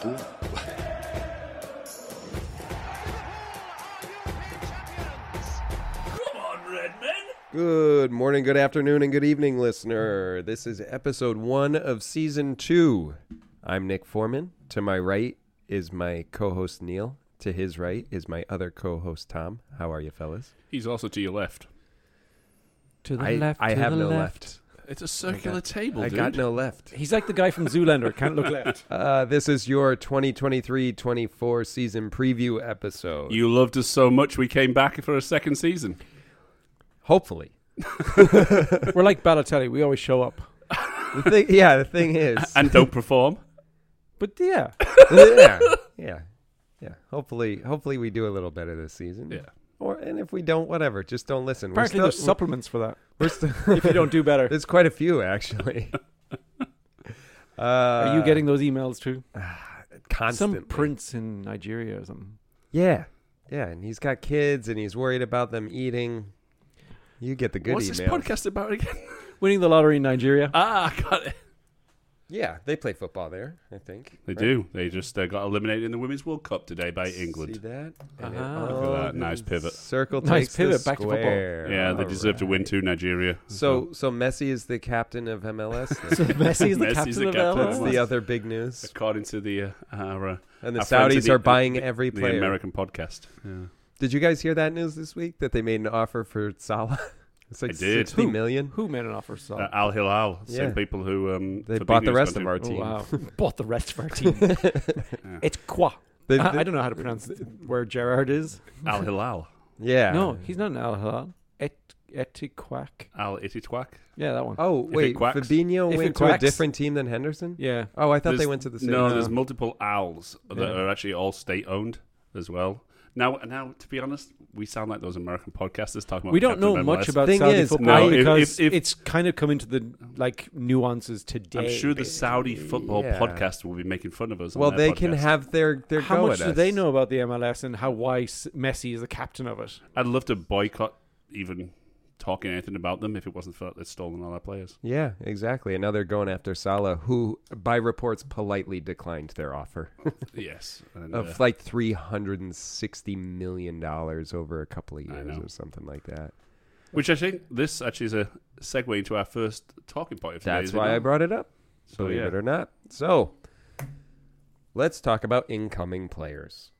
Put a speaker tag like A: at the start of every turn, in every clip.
A: fool.
B: Come on, Redman.
A: Good morning, good afternoon, and good evening, listener. This is episode one of season two. I'm Nick Foreman. To my right is my co host Neil. To his right is my other co host Tom. How are you, fellas?
C: He's also to your left.
D: To the
A: I,
D: left.
A: I
D: to
A: have
D: the
A: no
D: left.
A: left.
C: It's a circular table,
A: I
C: dude.
A: got no left.
D: He's like the guy from Zoolander. Can't look left.
A: Uh, this is your 2023 24 season preview episode.
C: You loved us so much we came back for a second season.
A: Hopefully.
D: We're like Balotelli. We always show up.
A: The thing, yeah, the thing is.
C: And don't perform.
D: But yeah,
A: yeah, yeah, yeah. Hopefully, hopefully we do a little better this season.
C: Yeah.
A: Or and if we don't, whatever. Just don't listen.
D: apparently
A: we're
D: there's
A: still,
D: supplements for that.
A: we're still
D: If you don't do better,
A: there's quite a few actually. Uh,
D: are you getting those emails too?
A: constantly?
D: Some prince in Nigeria or something.
A: Yeah, yeah. And he's got kids, and he's worried about them eating. You get the good
C: What's
A: emails.
C: this podcast about again?
D: Winning the lottery in Nigeria.
C: ah, I got it.
A: Yeah, they play football there. I think
C: They
A: right?
C: do. They just uh, got eliminated in the Women's World Cup today by
A: See
C: England. Uh-huh.
A: that? And it
D: Ah.
A: all
C: Look at that, nice pivot.
A: Circle
D: Nice
A: takes
D: pivot,
A: the
D: back to football.
A: square.
C: Yeah, they
A: All
C: deserve to
A: right.
C: win too, Nigeria.
A: So, so Messi is the captain of MLS. then?
D: So Messi is the
C: Messi's
D: captain
C: the
D: of
C: captain.
A: That's
D: MLS.
A: the other big news.
C: according to the uh, our, uh,
A: And the
C: Our friends at
A: Saudis
C: the-
A: are buying every
C: the
A: player.
C: American podcast. Yeah.
A: Did you guys hear that news this week that they made an offer for Salah? It's like
C: I did.
A: sixty
D: Who?
A: million.
D: Who made an offer? So
C: Uh, Al Hilal,
A: Yeah.
C: same people who um,
A: They
C: Fabinho's
A: bought the rest
C: gone
A: of
C: to.
A: our
D: oh,
A: team.
D: wow. Bought the rest of our team. It's Qua.
A: They-
D: I,
A: they-
D: I don't know how to pronounce th- where Gerard is.
C: Al Hilal,
A: Yeah.
D: No, he's not an Al Hilal. Et Etiquac.
C: Al Ititwak.
D: Yeah, that one.
A: Oh
C: it
A: wait,
C: quacks.
A: Fabinho
D: If it
A: went to a
D: quacks.
A: different team than Henderson.
D: Yeah.
A: Oh, I thought they
C: There's-
A: went to the same.
C: No,
A: team.
C: there's multiple owls that
D: Yeah.
C: are actually all state owned as well. Now, now, to be honest, we sound like those American podcasters talking about.
D: we don't
C: Captain
D: know
C: MLS.
D: much about
A: Thing
D: Saudi
A: is,
D: football
A: No,
C: if-
D: because
C: if- if-
D: it's kind of come into the like nuances today.
C: I'm sure the Saudi football
A: Yeah.
C: podcast will be making fun of us. on
A: well,
C: their
A: they can
C: podcast.
A: have their their
D: how
A: go
D: much
A: at
D: do
A: us.
D: they know about the MLS and how why S- Messi is the captain of it?
C: I'd love to boycott even talking anything about them if it wasn't for that they'd stolen all our players.
A: Yeah, exactly. And now they're going after Salah, who, by reports, politely declined their offer
C: yes, and,
A: of
C: uh,
A: like three hundred and sixty million dollars over a couple of
C: I
A: years
C: know.
A: or something like that.
C: which I think this actually is a segue into our first talking point of today.
A: That's
C: is it
A: why
C: not?
A: I brought it up.
C: So,
A: believe
C: yeah.
A: it or not. So, let's talk about incoming players.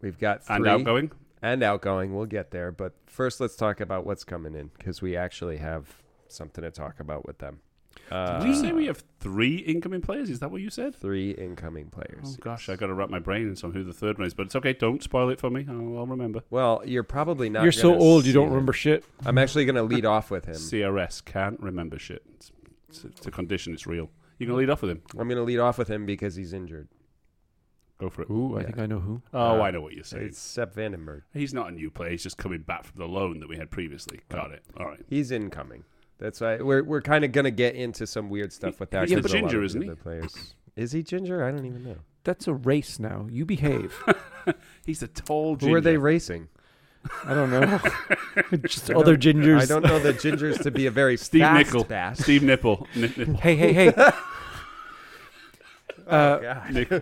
A: We've got three
C: and outgoing.
A: and outgoing. We'll get there, but first let's talk about what's coming in because we actually have something to talk about with them. Uh,
C: Did you say we have three incoming players? Is that what you said?
A: three incoming
C: Oh
A: players?
C: gosh, I got to wrap my brain on who the third one is, but it's okay. Don't spoil it for me. I'll, I'll remember.
A: Well, you're probably not.
D: You're so
A: gonna
D: old, you
A: see
D: don't
A: it.
D: remember shit.
A: I'm actually going to lead off with him.
C: CRS can't remember shit. It's, it's, it's a condition. It's real. You can lead off with him.
A: I'm going to lead off with him because he's injured.
C: Go for it.
D: Ooh,
A: I Yeah. think
D: I know who.
C: Oh,
A: Uh,
C: I know what you're saying.
A: It's Sepp Vandenberg.
C: He's not a new player. He's just coming back from the loan that we had previously. Got it. All right.
A: He's incoming. That's why we're we're kind of going to get into some weird stuff with that.
C: he's a
A: 'cause a lot
C: ginger,
A: of
C: isn't he?
A: the Players. Is he ginger? I don't even know.
D: That's a race now. You behave.
C: He's a tall.
A: Who are they
C: ginger.
A: racing?
D: I don't know. Just
A: I
D: other
A: don't-
D: gingers.
A: I don't know that gingers to be a very
C: Steve
A: fast
C: Nichol.
A: bat.
C: Steve Nipple. Nip, nipple.
D: Hey, hey, hey. Uh,
A: God.
C: Nickel.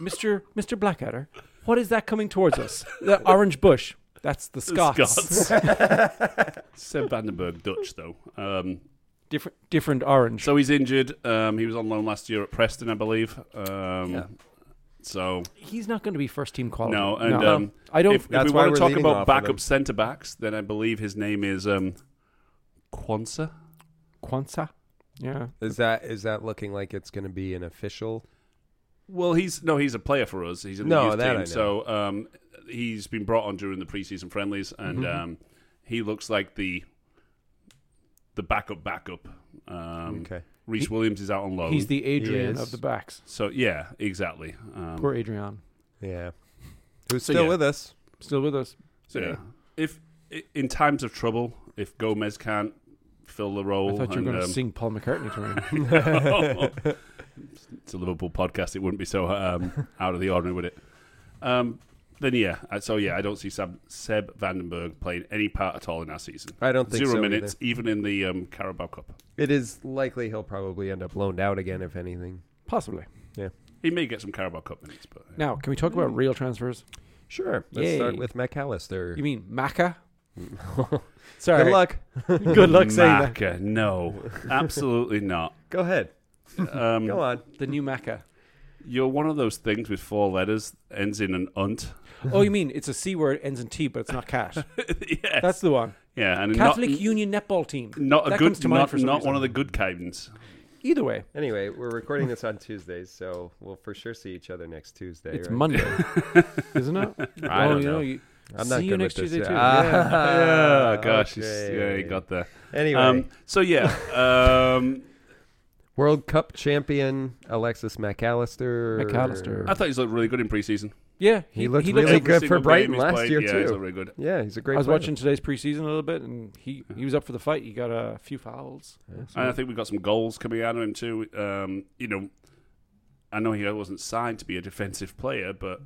D: Mr. Mr. Blackadder, what is that coming towards us? That orange bush. That's the Scots.
C: Seb Vandenberg, Dutch though. Um,
D: Different, different orange.
C: so he's injured. Um, he was on loan last year at Preston, I believe. Um,
D: Yeah.
C: So
D: He's not going to be first team quality.
C: No, and, um,
D: I don't.
C: if, if
A: That's
C: we
A: why
C: want
A: we're
C: to talk
A: leading
C: about
A: off with him.
C: backup centre backs, then I believe his name is um, Kwanzaa.
D: Kwanzaa. Yeah.
A: Is that is that looking like it's going to be an official?
C: Well, he's no, he's a player for us. He's in the
A: No,
C: youth
A: that I
C: team,
A: know.
C: so um, he's been brought on during the preseason friendlies, and
A: Mm-hmm.
D: Mhm.
C: um, he looks like the the backup backup. Um,
A: okay.
C: Reese Williams is out on loan.
D: He's the Adrian
A: is.
D: of the backs.
C: so yeah, exactly. Um,
D: Poor Adrian.
A: Yeah. Who's
C: So,
A: still
C: yeah.
A: with us?
D: Still with us.
C: so yeah, if i- in times of trouble, if Gomez can't fill the
D: I
C: role,
D: thought you were
C: and,
D: going to
C: um,
D: sing Paul McCartney to me.
C: it's a Liverpool podcast. It wouldn't be so um, out of the ordinary, would it? Um, then yeah, I- so yeah, I don't see Seb, Seb Vandenberg playing any part at all in our season.
A: I don't think
C: Zero
A: so
C: minutes, even in the um, Carabao Cup.
A: either. It is likely he'll probably end up loaned out again, if anything.
D: Possibly.
A: Yeah.
C: He may get some Carabao Cup minutes, but uh,
D: Now, can we talk about real transfers?
A: Sure. Let's start
D: Yay.
A: with McAllister.
D: You mean Maka? Sorry.
A: Good luck.
D: Good luck saying that.
C: Maka, no, absolutely not.
A: Go ahead.
C: Um,
A: Go on.
D: The new Maka.
C: You're one of those things with four letters ends in an unt.
D: Oh, you mean it's a C word, ends in T, but it's not cash.
C: yeah,
D: That's the one.
C: yeah, and
D: Catholic
C: not,
D: Union netball team.
C: not a
D: that
C: good,
D: comes to mind
C: not,
D: for some
C: not
D: reason.
C: one of the good kinds.
D: Either way,
A: Anyway, we're recording this on Tuesdays, so we'll for sure see each other next Tuesday.
D: it's
A: right?
D: Monday, isn't it?
C: I
D: Oh,
C: don't
D: you
C: know.
D: you-
A: I'm
D: see
A: not
D: you
A: good
D: next
A: with this.
D: Tuesday too.
A: Ah,
D: Yeah.
C: yeah, gosh, he's- yeah,
A: okay.
C: he got there.
A: Anyway,
C: Um, so yeah, um,
A: World Cup champion Alexis McAllister.
D: McAllister.
C: I thought he's looked really good in preseason.
D: Yeah,
A: He looked
D: looks-
A: really
C: Every
A: good for
C: single game
A: Brighton
C: he's
A: last
C: played,
A: year,
C: yeah,
A: too.
C: He's looked really good.
A: Yeah, he's a great.
D: I was
A: player.
D: watching today's preseason a little bit, and he, he was up for the fight. He got a few fouls.
C: And I think we got some goals coming out of him too. Um, you know, I know he wasn't signed to be a defensive player, but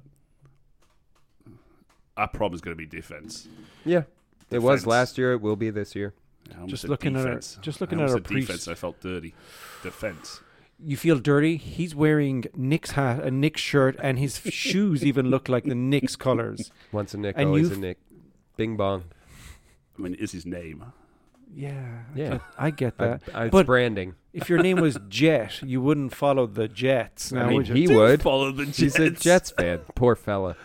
C: our problem's going to be defense.
A: Yeah, it was
C: Defense.
A: last year. It will be this year.
C: I almost
D: Just
C: said
D: looking at our-
C: defense.
D: just looking
C: I
D: at
C: almost said
D: our priest.
C: defense. I felt dirty. Defense.
D: You feel dirty. He's wearing Nick's hat, a Nick's shirt, and his shoes even look like the Nick's colors.
A: Once a Nick,
D: And
A: always a
D: you've-
A: Nick. Bing bong.
C: I mean, it is his name?
D: Yeah, I
A: Yeah.
D: get- I get
A: I,
D: that.
A: I, it's
D: but-
A: branding.
D: if your name was Jet, you wouldn't follow the Jets. Now,
A: I mean,
D: would you?
A: he would.
C: Follow the Jets.
A: He's a Jets fan. Poor fella.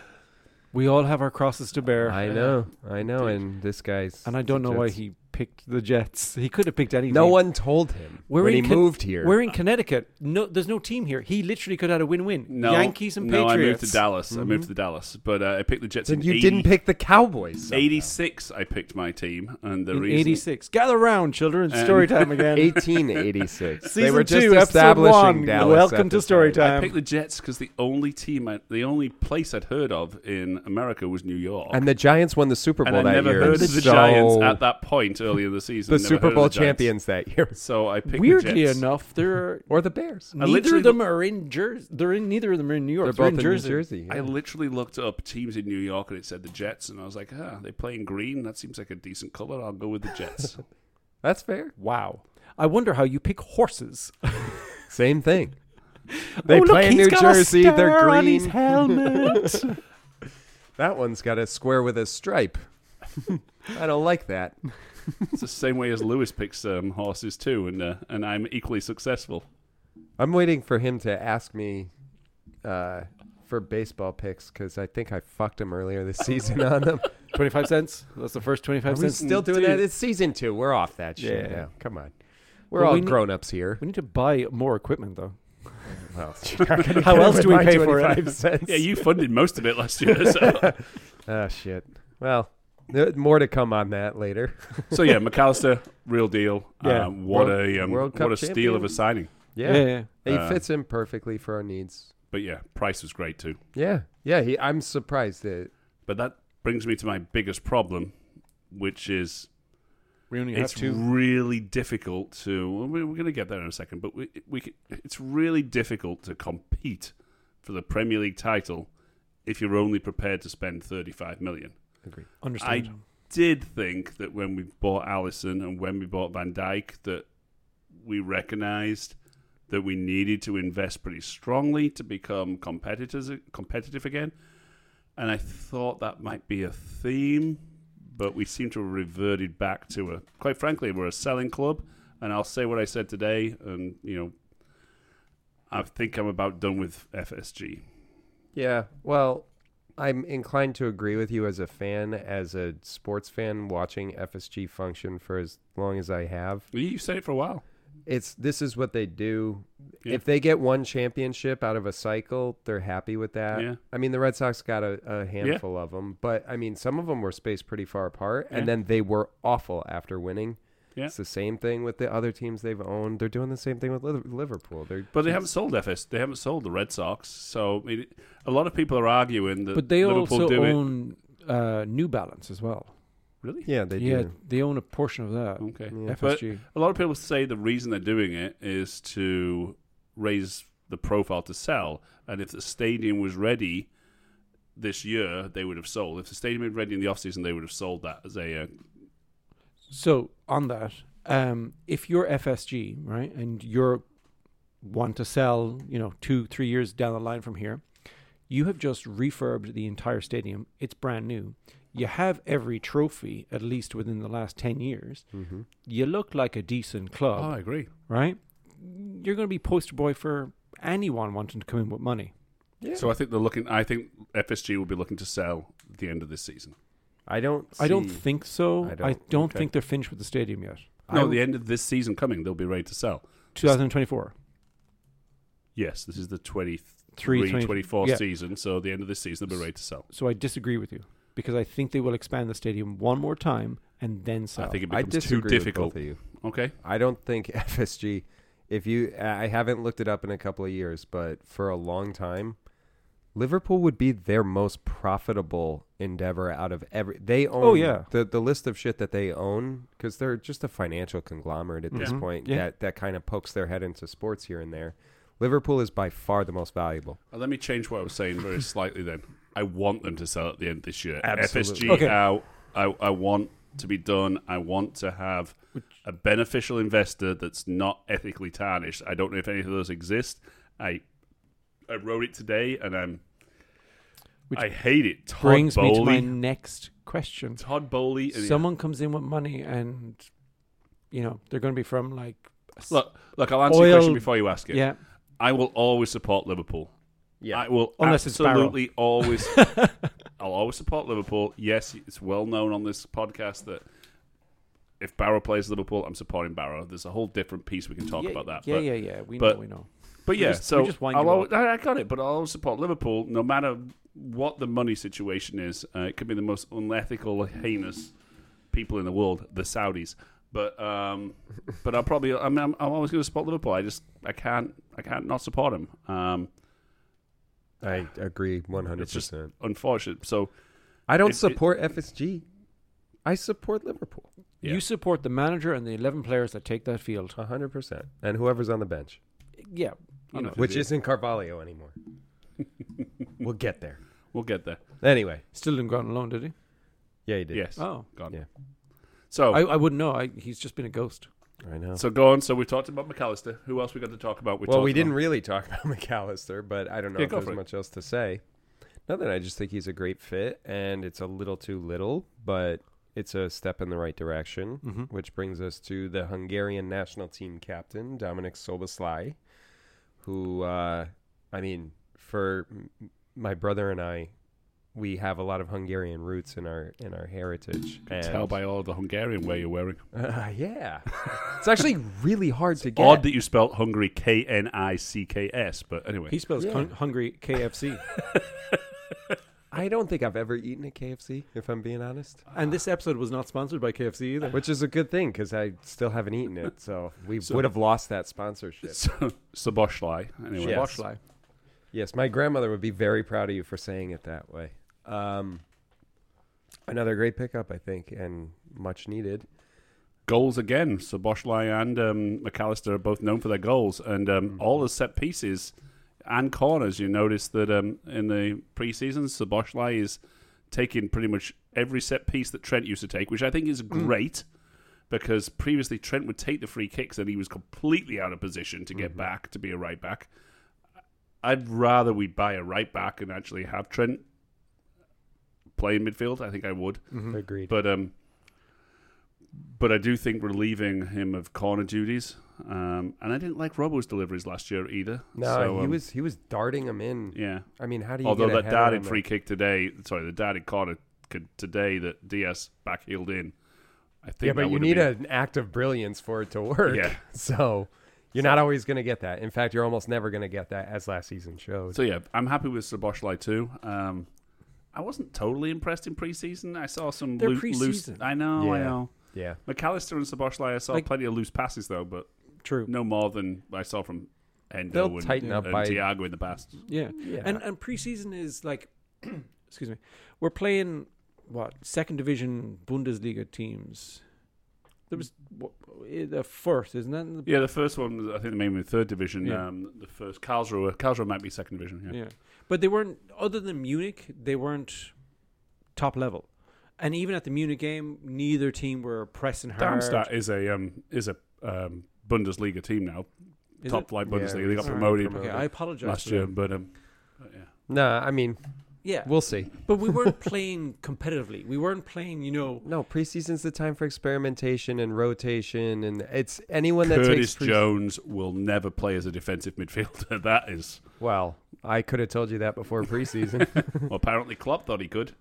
D: we all have our crosses to bear.
A: I know. I know. And this guy's.
D: and I don't know why
A: Jets.
D: he picked the Jets. He could have picked any.
A: No
D: team.
A: one told him
D: We're
A: when he
D: in Con-
A: moved here.
D: We're in Connecticut. No, there's no team here. He literally could have had a win-win.
C: No,
D: Yankees and
C: no,
D: Patriots. Mm-hmm.
C: I moved to Dallas. I moved to Dallas, but uh, I picked the Jets.
A: Then
C: in
A: you
C: 80
A: didn't pick the Cowboys. somehow.
C: 86, I picked my team, and the
D: in
C: reason
D: '86. Gather round, children.
C: And-
D: Story time again.
A: 1886. they
D: Season
A: were just
D: two, episode
A: establishing
D: one.
A: Dallas.
D: Welcome
A: at
D: to
A: the
D: story
A: time.
C: I
D: Um,
C: picked the Jets because the only team, I, the only place I'd heard of in America was New York,
A: And the Giants won the Super Bowl
C: And I
A: that
C: never
A: year.
C: heard of the
A: so
C: Giants at that point early in the season.
A: the
C: Never
A: Super
C: heard of
A: Bowl
C: the Giants.
A: champions that year,
C: So I picked the
D: Weirdly
C: Jets.
D: enough, they're
A: or the Bears.
D: neither
C: literally
D: of them are in Jersey. They're in neither of them are in New
A: They're
D: York.
A: both
D: in
A: in
D: Jersey.
A: New Jersey.
C: I
A: yeah.
C: literally looked up teams in New York and it said the Jets, and I was like, ah, they play in green. That seems like a decent color. I'll go with the Jets.
A: That's fair.
D: Wow. I wonder how you pick horses.
A: Same thing. They
D: oh, look,
A: play in
D: he's
A: New
D: got
A: Jersey.
D: A star
A: They're
D: On his
A: green.
D: helmet.
A: That one's got a square with a stripe. I don't like that.
C: it's the same way as Lewis picks um, horses too, and uh, and I'm equally successful.
A: I'm waiting for him to ask me uh, for baseball picks because I think I fucked him earlier this season on them.
D: Twenty-five cents. That's the first twenty-five
A: Are we
D: cents.
A: still doing
C: Dude.
A: that? It's season two. We're off that shit
D: Yeah.
A: now. Come on. We're
D: Well,
A: all
D: we need-
A: grown ups here.
D: We need to buy more equipment, though.
A: Well,
D: How else do we pay for it?
A: Cents.
C: Yeah, you funded most of it last year. So,
A: Oh, shit. Well, there- more to come on that later.
C: so yeah, McAllister, real deal.
D: Yeah.
C: um, what
A: World-
C: a um,
A: World Cup
C: what a steal of
A: champion.
C: a signing.
A: Yeah. He
C: Uh,
A: fits in perfectly for our needs.
C: But yeah, price was great too.
A: Yeah. Yeah. He, I'm surprised that.
C: But that brings me to my biggest problem, which is
D: We only
C: it's really difficult to. well, we- We're going to get there in a second, but we, we c- it's really difficult to compete for the Premier League title if you're only prepared to spend 35 million.
A: Agreed.
D: Understand.
C: Did think that when we bought Allison and when we bought Van Dyke that we recognised that we needed to invest pretty strongly to become competitors competitive again, and I thought that might be a theme, but we seem to have reverted back to a. Quite frankly, we're a selling club, and I'll say what I said today, and you know, I think I'm about done with FSG.
A: Yeah. Well, I'm inclined to agree with you as a fan, as a sports fan, watching FSG function for as long as I have.
C: You said it for a while.
A: it's this is what they do.
C: Yeah.
A: If they get one championship out of a cycle, they're happy with that.
C: Yeah.
A: I mean, the Red Sox got a, a handful of 'em, of them, but I mean, some of them were spaced pretty far apart,
C: Yeah.
A: and then they were awful after winning.
C: Yeah.
A: It's the same thing with the other teams they've owned. They're doing the same thing with Liv- Liverpool. They're
C: But they haven't sold FS. They haven't sold the Red Sox. So I mean, a lot of people are arguing that
D: But they
C: Liverpool
D: also
C: do it.
D: own uh, New Balance as well.
C: Really?
A: yeah, they
D: yeah,
A: do.
D: they own a portion of that.
C: Okay.
A: Yeah.
C: But
D: FSG.
C: a lot of people say the reason they're doing it is to raise the profile to sell. And if the stadium was ready this year, they would have sold. If the stadium was ready in the offseason, they would have sold that as a. Uh,
D: So on that, um, if you're FSG, right, and you're want to sell, you know, two, three years down the line from here. You have just refurbed the entire stadium. It's brand new. You have every trophy, at least within the last 10 years.
A: Mm-hmm.
D: You look like a decent club,
C: Oh, I agree.
D: right? You're going to be poster boy for anyone wanting to come in with money.
C: So I think they're looking. I think FSG will be looking to sell at the end of this season.
A: I don't.
D: I don't
A: see-
D: think so.
A: I
D: I
A: don't-
D: don't,
A: okay.
D: think they're finished with the stadium yet.
C: No,
D: I-
C: the end of this season coming, they'll be ready to sell.
D: 2024.
C: Yes, this is the 23,
D: Three, 20
C: 24
D: yeah.
C: season. So the end of this season, they'll be ready to sell.
D: So I disagree with you because I think they will expand the stadium one more time and then sell.
C: I think it
A: I
C: becomes
A: disagree
C: too difficult.
A: With both of you.
C: Okay.
A: I don't think FSG. If you, I haven't looked it up in a couple of years, but for a long time, Liverpool would be their most profitable endeavor out of every. They own.
D: yeah.
A: The the list of shit that they own because they're just a financial conglomerate at this
D: Mhm.
A: point.
D: Yeah.
A: That that kind of pokes their head into sports here and there. Liverpool is by far the most valuable.
C: Uh, Let me change what I was saying very slightly then. I want them to sell at the end of this year.
A: Absolutely.
C: FSG
D: Okay.
C: out. I, I want to be done. I want to have a beneficial investor that's not ethically tarnished. I don't know if any of those exist. I I wrote it today and I'm.
D: Which
C: I hate it. Todd
D: brings me to
C: Bowley.
D: my next question.
C: Todd Bowley. and-
D: Someone comes in with money and, you know, they're going to be from like. s-
C: Look, look. I'll answer your
D: Oil-
C: question before you ask it.
D: yeah.
C: I will always support Liverpool.
A: Yeah.
C: I will
D: Unless it's Barrow.
C: absolutely always. I'll always support Liverpool. Yes, it's well known on this podcast that if Barrow plays Liverpool, I'm supporting Barrow. There's a whole different piece we can talk
D: yeah,
C: about that.
D: Yeah,
C: but,
D: yeah, yeah. We
C: but-
D: know, we know.
C: but yeah,
D: just-
C: so
D: we just wind
C: I'll
D: you
C: always, I I got it. But I'll always support Liverpool, no matter what the money situation is. Uh, it could be the most unethical, heinous people in the world, the Saudis. But um, but I'll probably I'm I'm, I'm always going to support Liverpool. I just I can't I can't not support them. Um,
A: I agree one hundred
C: It's just-
A: percent.
C: unfortunate. So
A: I
C: it-
A: don't
C: it-
A: support FSG. I support Liverpool
C: Yeah.
D: You support the manager and the 11 players that take that field.
A: hundred percent, and whoever's on the bench,
D: Yeah.
C: I
D: You know.
C: know.
A: which isn't Carvalho anymore. we'll get there.
C: We'll get there.
A: Anyway,
D: Still didn't go out alone, did he?
A: yeah, he did.
C: Yes.
D: Oh.
C: Gone.
A: Yeah.
C: So
D: I, I wouldn't know. I, he's just been a ghost.
A: I know.
C: so go on. So we talked about McAllister. Who else we got to talk about?
A: well,
C: talked
A: we didn't
C: about-
A: really talk about McAllister, but I don't know
C: Yeah,
A: if
C: go
A: there's
C: for it.
A: much else to say. Nothing. I just think he's a great fit, and it's a little too little, but it's a step in the right direction.
C: Mm-hmm.
D: Mhm.
A: Which brings us to the Hungarian national team captain Dominic Soboslai, who, uh, I mean, for m- my brother and I, we have a lot of Hungarian roots in our in our heritage. and-
C: tell by all the Hungarian way you're wearing.
A: Uh, yeah, it's actually really hard to get.
C: Odd that you spelt Hungary K N I C K S, but anyway.
D: He spells
A: Yeah.
D: hun- hungry KFC.
A: I don't think I've ever eaten at KFC, if I'm being honest.
D: and this episode was not sponsored by KFC either.
A: Which is a good thing because I still haven't eaten it, so we
C: So-
A: would have lost that sponsorship.
C: so, Soboshly. Anyway.
A: Yeah. Yes. Yes, my grandmother would be very proud of you for saying it that way. Um, another great pickup, I think, and much needed.
C: Goals again. Soboshly and um, McAllister are both known for their goals. And um, all the set pieces and corners, you notice that um, in the preseason, Soboshly is taking pretty much every set piece that Trent used to take, which I think is great. because previously Trent would take the free kicks and he was completely out of position to get back to be a right back. I'd rather we buy a right back and actually have Trent play in midfield. I think I would,
D: Mm-hmm.
A: Agreed.
C: but um, but I do think relieving him of corner duties. Um, and I didn't like Robo's deliveries last year either.
A: no,
C: So,
A: he
C: um,
A: was he was darting them in.
C: yeah.
A: I mean, how do you?
C: Although
A: get a
C: that
A: header on
C: darted free kick today, sorry, the darted corner could, today that Diaz back heeled in. I think
A: Yeah,
C: that
A: but you
C: would've
A: need
C: been-
A: an act of brilliance for it to work.
C: Yeah.
A: So you're not always going to get that. In fact, you're almost never going to get that, as last season showed.
C: So yeah, I'm happy with Saboshli too. Um, I wasn't totally impressed in preseason. I saw some
D: They're
C: loo- loose.
D: preseason.
C: I know, I
A: Yeah.
C: know.
A: yeah.
C: McAllister and Saboshli, I saw
D: Like-
C: plenty of loose passes though, but
D: True.
C: no more than I saw from Endo
A: They'll
C: and,
A: tighten up
C: and
A: by-
C: Thiago in the past.
D: Yeah.
A: Yeah.
D: And and preseason is like excuse me. We're playing what? Second division Bundesliga teams. There was what, eh, the first, isn't that?
C: Yeah, the first one was, I think they made him in third division.
D: Yeah.
C: Um, the first Karlsruhe, Karlsruhe might be second division. Yeah.
D: Yeah. But they weren't other than Munich, they weren't top level. And even at the Munich game, neither team were pressing hard.
C: Darmstadt is a um, is a um, Bundesliga team now.
D: Is
C: top
D: it?
C: flight
A: Yeah,
C: Bundesliga. they got
A: recently
C: promoted
D: Okay, I apologize.
C: last
D: for
C: year,
D: that.
C: but um, but yeah.
A: Nah, I mean,
D: Yeah,
A: we'll see.
D: but we weren't playing competitively. We weren't playing, you know.
A: No, preseason's the time for experimentation and rotation, and it's anyone that
C: Curtis
A: takes pre-
C: Jones will never play as a defensive midfielder. that is.
A: Well, I could have told you that before preseason.
C: Well, apparently Klopp thought he could.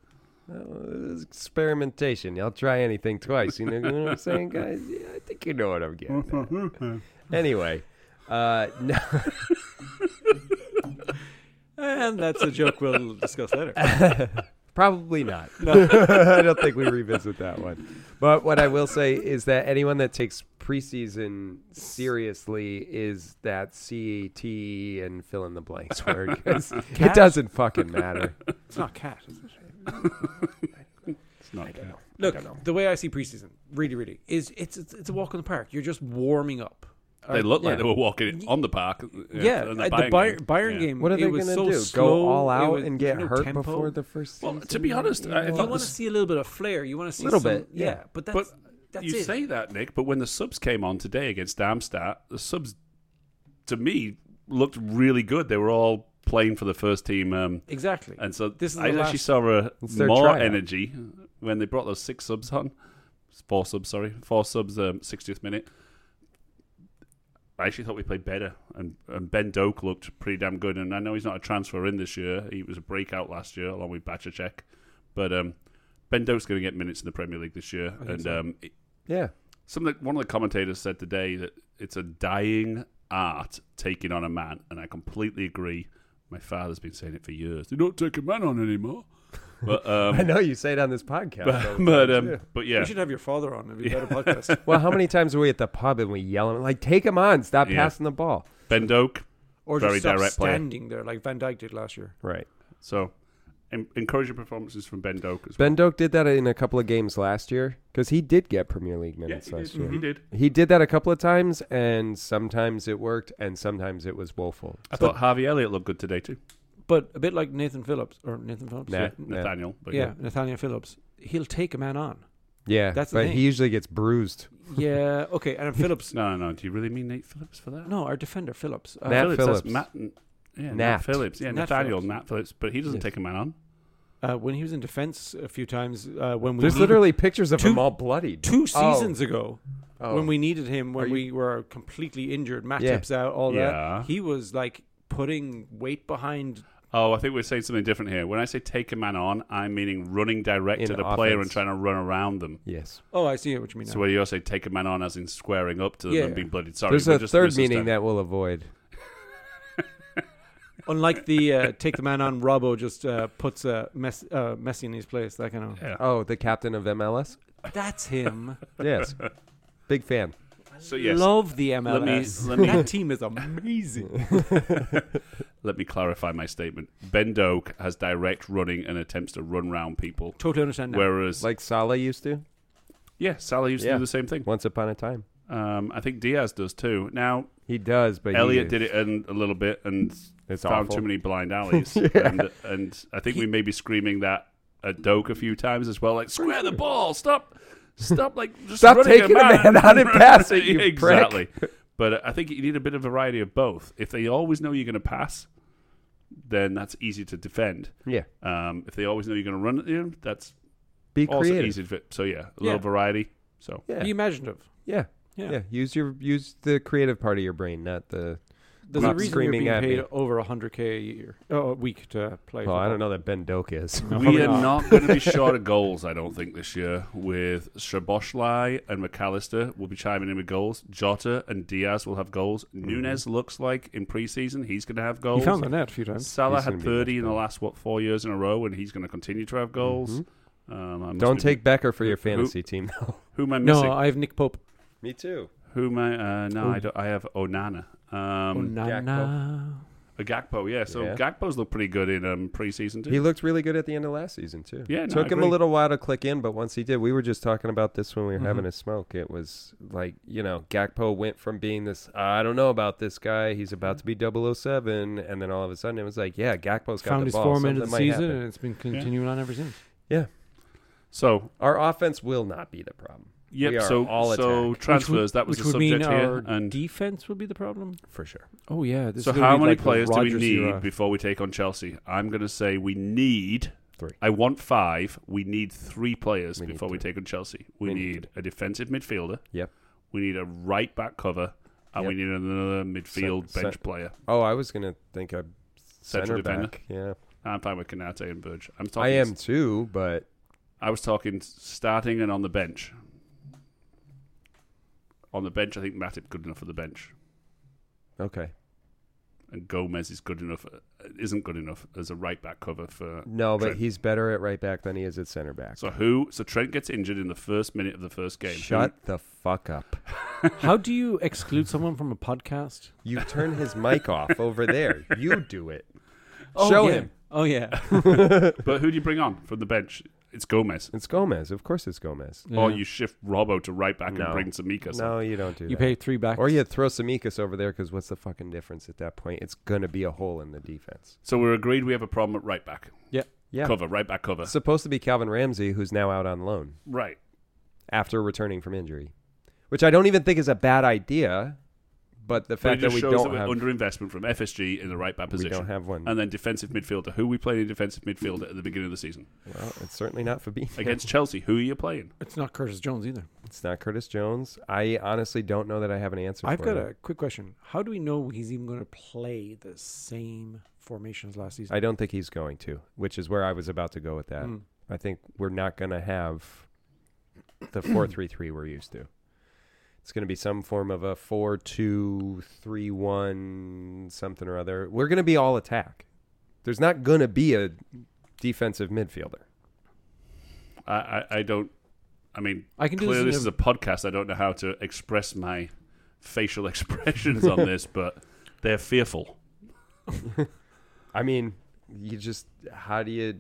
A: Uh, it's experimentation. I'll try anything twice. You know, you know what I'm saying, guys? Yeah, I think you know what I'm getting. At. Anyway, uh, no,
D: And that's a joke we'll discuss later.
A: probably not. I don't think we revisit that one. But what I will say is that anyone that takes preseason seriously is that CAT and fill in the blanks word. 'cause It
D: Cat?
A: doesn't fucking matter.
D: It's not cat. Is it?
C: It's not.
D: Look, the way I see preseason, really, really, is it's it's, it's a walk in the park. You're just warming up.
C: They look
A: yeah.
C: like they were walking it on the park.
D: Yeah,
C: in
D: uh, the Bayern, Bayern game.
A: What are
D: it
A: they
D: was
A: going to
D: so
A: do?
D: slow,
A: Go all
D: it
A: out
D: was-
A: and get
D: there was no
A: hurt
D: tempo.
A: before the first
C: Well,
A: season?
C: to be honest, I
D: You
C: thought
D: want to
C: this,
D: see a little bit of flair. You want to see
A: Little
D: some-
A: bit, yeah.
D: but that's
C: but
D: that's
C: you
D: it.
C: say that, Nick. But when the subs came on today against Darmstadt, the subs to me looked really good. They were all playing for the first team, um,
D: exactly.
C: and so
D: This is
C: I
D: the
C: actually
D: last-
C: saw a,
A: It's their
C: more
A: tryout.
C: energy when they brought those six subs on, four subs, sorry, four subs, um, sixtieth minute. I actually thought we played better, and, and Ben Doak looked pretty damn good. And I know he's not a transfer in this year; he was a breakout last year along with Bacacek. But um, Ben Doak's going to get minutes in the Premier League this year,
D: think
C: and
D: so.
C: um, it-
A: yeah.
C: some of the, one of the commentators said today that it's a dying art taking on a man, and I completely agree. My father's been saying it for years. They don't take a man on anymore. But um,
A: I know you say it on this podcast. though,
C: but, but, um,
A: yeah.
C: but yeah,
D: You should have your father on. It'd be a better podcast.
A: well, how many times were we at the pub and we yelling like, "Take him on! Stop
C: Yeah.
A: passing the ball!"
C: Ben Doak.
D: Or
C: Very
D: just stop
C: direct player.
D: standing there like Van Dijk did last year.
A: Right.
C: So en- encouraging performances from Ben Doak as well.
A: Ben Doak did that in a couple of games last year because he did get Premier League minutes
C: yeah, he
A: last
C: did.
A: year.
C: He did.
A: He did that a couple of times, and sometimes it worked, and sometimes it was woeful.
C: I thought Harvey Elliott looked good today too.
D: But a bit like Nathan Phillips or Nathan Phillips.
A: Nah. Yeah,
C: Nathaniel. But
D: Yeah, Nathaniel Phillips. He'll take a man on.
A: Yeah,
D: That's the
A: but
D: thing.
A: he usually gets bruised.
D: Yeah. Okay. And Phillips.
C: No, no, no. Do you really mean Nate Phillips for that?
D: No, our defender Phillips. Uh,
A: Nat
C: that's
A: Phillips.
C: Matt, yeah, Nat.
A: Nat.
C: Phillips. Yeah,
D: Nat
C: Nathaniel,
D: Phillips.
C: Nat Phillips. But he doesn't
A: Yes.
C: take a man on.
D: uh, when he was in defence a few times, uh, when we
A: There's
D: needed-
A: literally pictures of
D: Two-
A: him all bloodied.
D: two seasons ago
A: Oh.
D: when we needed him, when
A: Are you-
D: we were completely injured,
A: Yeah.
D: matchups out, all
C: Yeah. Uh-huh.
D: that, he was like putting weight behind.
C: Oh, I think we're saying something different here. When I say take a man on, I'm meaning running direct
A: In
C: to the player and
A: offense.
C: trying to run around them.
A: Yes.
D: Oh, I see what you mean.
C: So
D: Now.
C: where you also take a man on, as in squaring up to them
D: Yeah.
C: and being blooded. Sorry,
A: There's
C: we're
A: a
C: just
A: third
C: misunderstanding.
A: meaning that we'll avoid.
D: Unlike the uh, take the man on, Robbo just uh, puts uh, mess, uh, Messi in his place. That kind of.
A: Oh, the captain of MLS.
D: That's him.
A: Yes. Big fan.
C: So yes,
D: Love the
C: me-
D: MLS.
C: let me-
D: that team is amazing.
C: let me clarify my statement. Ben Doak has direct running and attempts to run round people,
D: totally understand now.
C: whereas
A: Like Salah used to
C: yeah, Salah used to
A: Yeah.
C: do the same thing.
A: once upon a time.
C: Um, I think Diaz does too. Now
A: He does, but
C: Elliot
A: he,
C: did it in a little bit and
A: It's
C: found
A: awful.
C: too many blind alleys, and, and I think we may be screaming that at Doak a few times as well. Like square the ball, stop, stop, like just
A: Stop
C: running
A: taking
C: a
A: a
C: man,
A: man out and pass it, you prick.
C: exactly. But I think you need a bit of variety of both. If they always know you're going to pass, then that's easy to defend.
A: Yeah.
C: Um, if they always know you're going to run at you, that's
A: Be
C: also
A: creative.
C: easy to fit. So yeah, a
D: Yeah.
C: little variety. So
A: Yeah.
D: Be imaginative.
A: yeah.
D: Yeah.
A: Yeah, use your use the creative part of your brain, not the.
D: There's a
A: Not
D: reason you're
A: screaming
D: being
A: at me.
D: paid over 100k a year, oh, a week to play.
A: Oh, I
D: football.
A: don't know that Ben Doak is.
C: we
D: we're
C: are
D: not.
C: not going to be short of goals, I don't think, this year. With Shaboshlai and McAllister will be chiming in with goals. Jota and Diaz will have goals.
A: Mm-hmm.
C: Nunes looks like in preseason he's going to have
D: He
C: goals.
D: found the net a few times.
C: Salah
A: He's gonna
C: had
A: be Mm-hmm.
C: 30 in the last, what, four years in a row, and he's going to continue to have goals. Um, I must
A: Don't
C: admit-
A: take Becker for your
C: Who- who-
A: fantasy team, though.
C: Who am I
D: No,
C: missing?
D: I have Nick Pope.
A: Me too.
C: Who am I? Uh,
A: Oh.
C: no, I, don't, I have Onana. Um,
D: Oh, Onana.
C: Gakpo, yeah. So
A: Yeah.
C: Gakpo's looked pretty good in um, preseason, too.
A: He looked really good at the end of last season too.
C: Yeah, no,
A: took
C: I
A: him a
C: agree.
A: little while to click in, but once he did, we were just talking about this when we were having a smoke. It was like you know, Gakpo went from being this I don't know about this guy, he's about to be 007, and then all of a sudden it was like, yeah, Gakpo's got
D: Found
A: the
D: his
A: ball.
D: form into the
A: Something might
D: season,
A: happen.
D: and it's been continuing on ever since.
A: Yeah,
C: so
A: our offense will not be the problem.
C: Yep.
A: We are
C: so
A: all
C: so
A: attack.
C: transfers that was
D: which
C: the
D: would mean
C: subject here.
D: our
C: And
D: defense would be the problem.
A: for sure.
D: Oh yeah. This
C: so
D: is gonna
C: how
D: be
C: many
D: like the
C: players do we
D: Rodgers
C: need
D: era.
C: before we take on Chelsea? I'm going to say we need
A: Three.
C: I want five. We need three players
A: We need
C: before we
A: three.
C: take on Chelsea. We,
A: We need
C: need a defensive midfielder.
A: Yep.
C: We need a right back cover, and we need another midfield
A: Cent-
C: bench
A: cent-
C: player.
A: Oh, I was gonna think a
C: Central
A: center
C: defender.
A: back. Yeah,
C: I'm fine with Kanate and Burge. I'm talking.
A: I am too, but
C: I was talking starting and on the bench. On the bench, I think Matip good enough for the bench,
A: okay.
C: and Gomez is good enough. uh, Isn't good enough as a right back cover for.
A: No, but
C: Trent.
A: he's better at right back than he is at center back.
C: So who? So Trent gets injured in the first minute of the first game. Who-
A: Shut the fuck up.
D: How do you exclude someone from a podcast?
A: You turn his mic off over there. You do it.
D: Oh,
A: Show
D: yeah.
A: him.
D: Oh yeah.
C: But who do you bring on from the bench? It's Gomez.
A: It's Gomez. Of course, it's Gomez.
C: Or
D: Yeah.
C: Oh, you shift Robbo to right back
A: No.
C: and bring Samikas.
A: No, you don't do
D: you
A: that.
D: pay three back.
A: or you throw Samikas over there because what's the fucking difference at that point? It's gonna be a hole in the defense.
C: So we're agreed we have a problem at right back.
D: Yeah.
A: Yeah,
C: Cover, right back cover.
A: it's supposed to be Calvin Ramsey, who's now out on loan
C: right.
A: after returning from injury, which I don't even think is a bad idea. But the
C: But
A: fact
C: it
A: that
C: just
A: we
C: shows
A: don't
C: that we're
A: have
C: underinvestment from FSG in the right back
A: we don't
C: position.
A: have one.
C: And then defensive midfielder. Who we playing in defensive midfielder at the beginning of the season?
A: Well, it's certainly not Fabinho.
C: Against Chelsea, who are you playing?
D: It's not Curtis Jones either.
A: It's not Curtis Jones. I honestly don't know that I have an answer.
D: I've
A: for
D: got
A: you.
D: a quick question. How do we know he's even going to play the same formations last season?
A: I don't think he's going to, which is where I was about to go with that.
D: Mm.
A: I think we're not going to have the four three three we're used to. It's going to be some form of a four two three one something or other. We're going to be all attack. There's not going to be a defensive midfielder.
C: I, I, I don't. I mean,
D: I can do
C: clearly
D: this.
C: this is
D: in
C: a podcast. I don't know how to express my facial expressions on this, but they're fearful.
A: I mean, you just how do you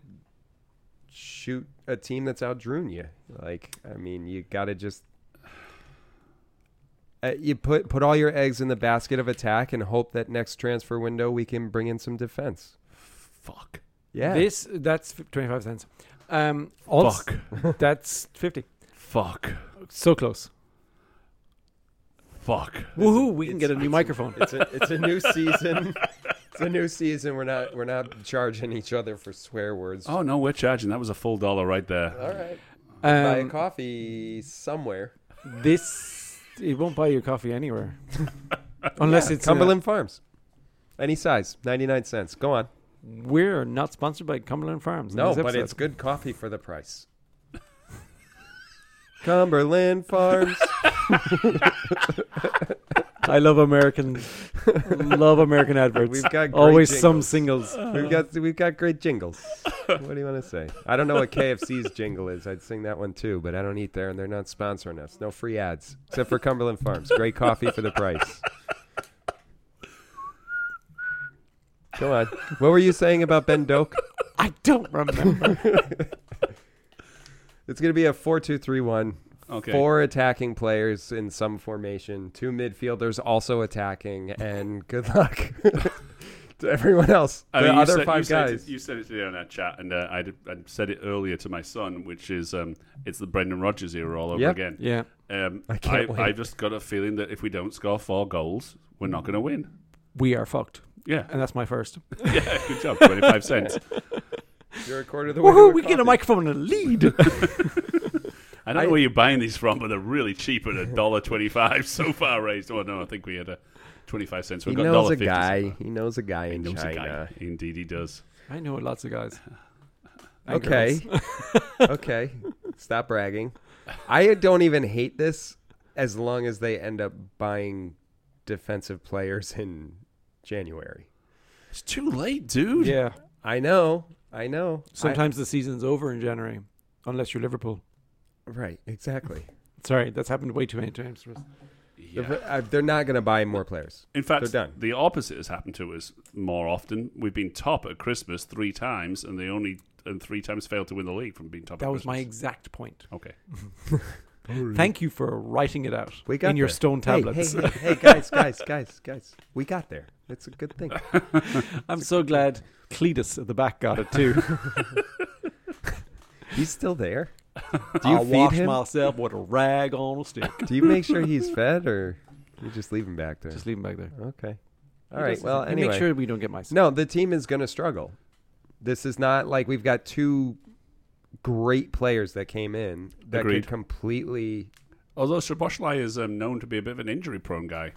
A: shoot a team that's outdrewn you? Like, I mean, you got to just uh, you put put all your eggs in the basket of attack and hope that next transfer window we can bring in some defense.
C: Fuck.
A: Yeah,
D: This that's f- twenty-five cents. Um, also,
C: Fuck.
D: that's fifty.
C: Fuck.
D: So close.
C: Fuck.
D: Woohoo! We can get a new microphone.
A: it's a, it's a new season. It's a new season. We're not we're not charging each other for swear words.
C: Oh no, we're charging. That was a full dollar right there.
A: All right, buy a
D: Um,
A: coffee somewhere.
D: this it won't buy you coffee anywhere, unless it's uh,
A: Cumberland Farms, any size, ninety nine cents. Go on.
D: we're not sponsored by Cumberland Farms. in
A: No,
D: this
A: but
D: episode.
A: it's good coffee for the price. Cumberland Farms.
D: I love American, love American adverts.
A: We've got great
D: always
A: jingles.
D: some singles.
A: We've got we've got great jingles. What do you want to say? I don't know what KFC's jingle is. I'd sing that one too, but I don't eat there, and they're not sponsoring us. No free ads except for Cumberland Farms. Great coffee for the price. Go on. What were you saying about Ben Doak?
D: I don't remember.
A: It's going to be a four-two-three-one.
C: Okay.
A: Four attacking players in some formation, two midfielders also attacking, and good luck to everyone else. The
C: I mean, you
A: other
C: said- you
A: five
C: said
A: guys.
C: it- you said it today on our chat, and uh, I, did, I said it earlier to my son, which is um, it's the Brendan Rodgers era all over
A: Yep.
C: again.
D: yeah,
C: Um,
A: I can't wait. Mm.
C: I, just got a feeling that if we don't score four goals, we're not going to win.
D: we are fucked,
C: Yeah,
D: and that's my first.
C: yeah. Good job. Twenty-five cents.
A: You're a quarter of the way. to
D: Woohoo!
A: a
D: We get a
A: coffee.
D: microphone and a lead.
C: I don't
A: I-
C: know where you're buying these from, but they're really cheap at a dollar twenty-five so far raised. Oh no, I think we had a twenty-five cents. We
A: He
C: got
A: knows a
C: $1.50 so
A: guy.
C: far.
A: He knows a guy in
C: Knows a
A: China.
C: guy. Indeed, he does.
D: I know lots of guys. And
A: Okay.
D: girls.
A: okay. Stop bragging. I don't even hate this as long as they end up buying defensive players in January.
C: It's too late, dude.
D: Yeah.
A: I know. I know. I-
D: Sometimes the season's over in January, unless you're Liverpool.
A: right. Exactly.
D: Sorry, that's happened way too many times for us.
C: Yeah.
A: Uh, They're not going to buy more players.
C: In fact,
A: They're done.
C: the opposite has happened to us more often. We've been top at Christmas three times, and they only and three times failed to win the league from being top.
D: That
C: at
D: was my
C: Christmas.
D: exact point.
C: okay.
D: Thank you for writing it out
A: We got
D: in your
A: there.
D: stone
A: Hey,
D: tablets.
A: Hey, hey, hey, guys, guys, guys, guys. We got there. It's a good thing.
D: I'm so glad Cletus at the back got it too.
A: He's still there. Do you
D: I'll
A: feed
D: wash
A: him?
D: myself with a rag on a stick.
A: Do you make sure he's fed, or you just leave him back there?
D: Just leave him back there.
A: okay.
D: He
A: All right.
D: doesn't-
A: Well,
D: and
A: anyway,
D: make sure we don't get mice.
A: no, the team is going to struggle. This is not like we've got two great players that came in that
C: Agreed.
A: could completely.
C: Although Shaboshlai is um, known to be a bit of an injury-prone guy,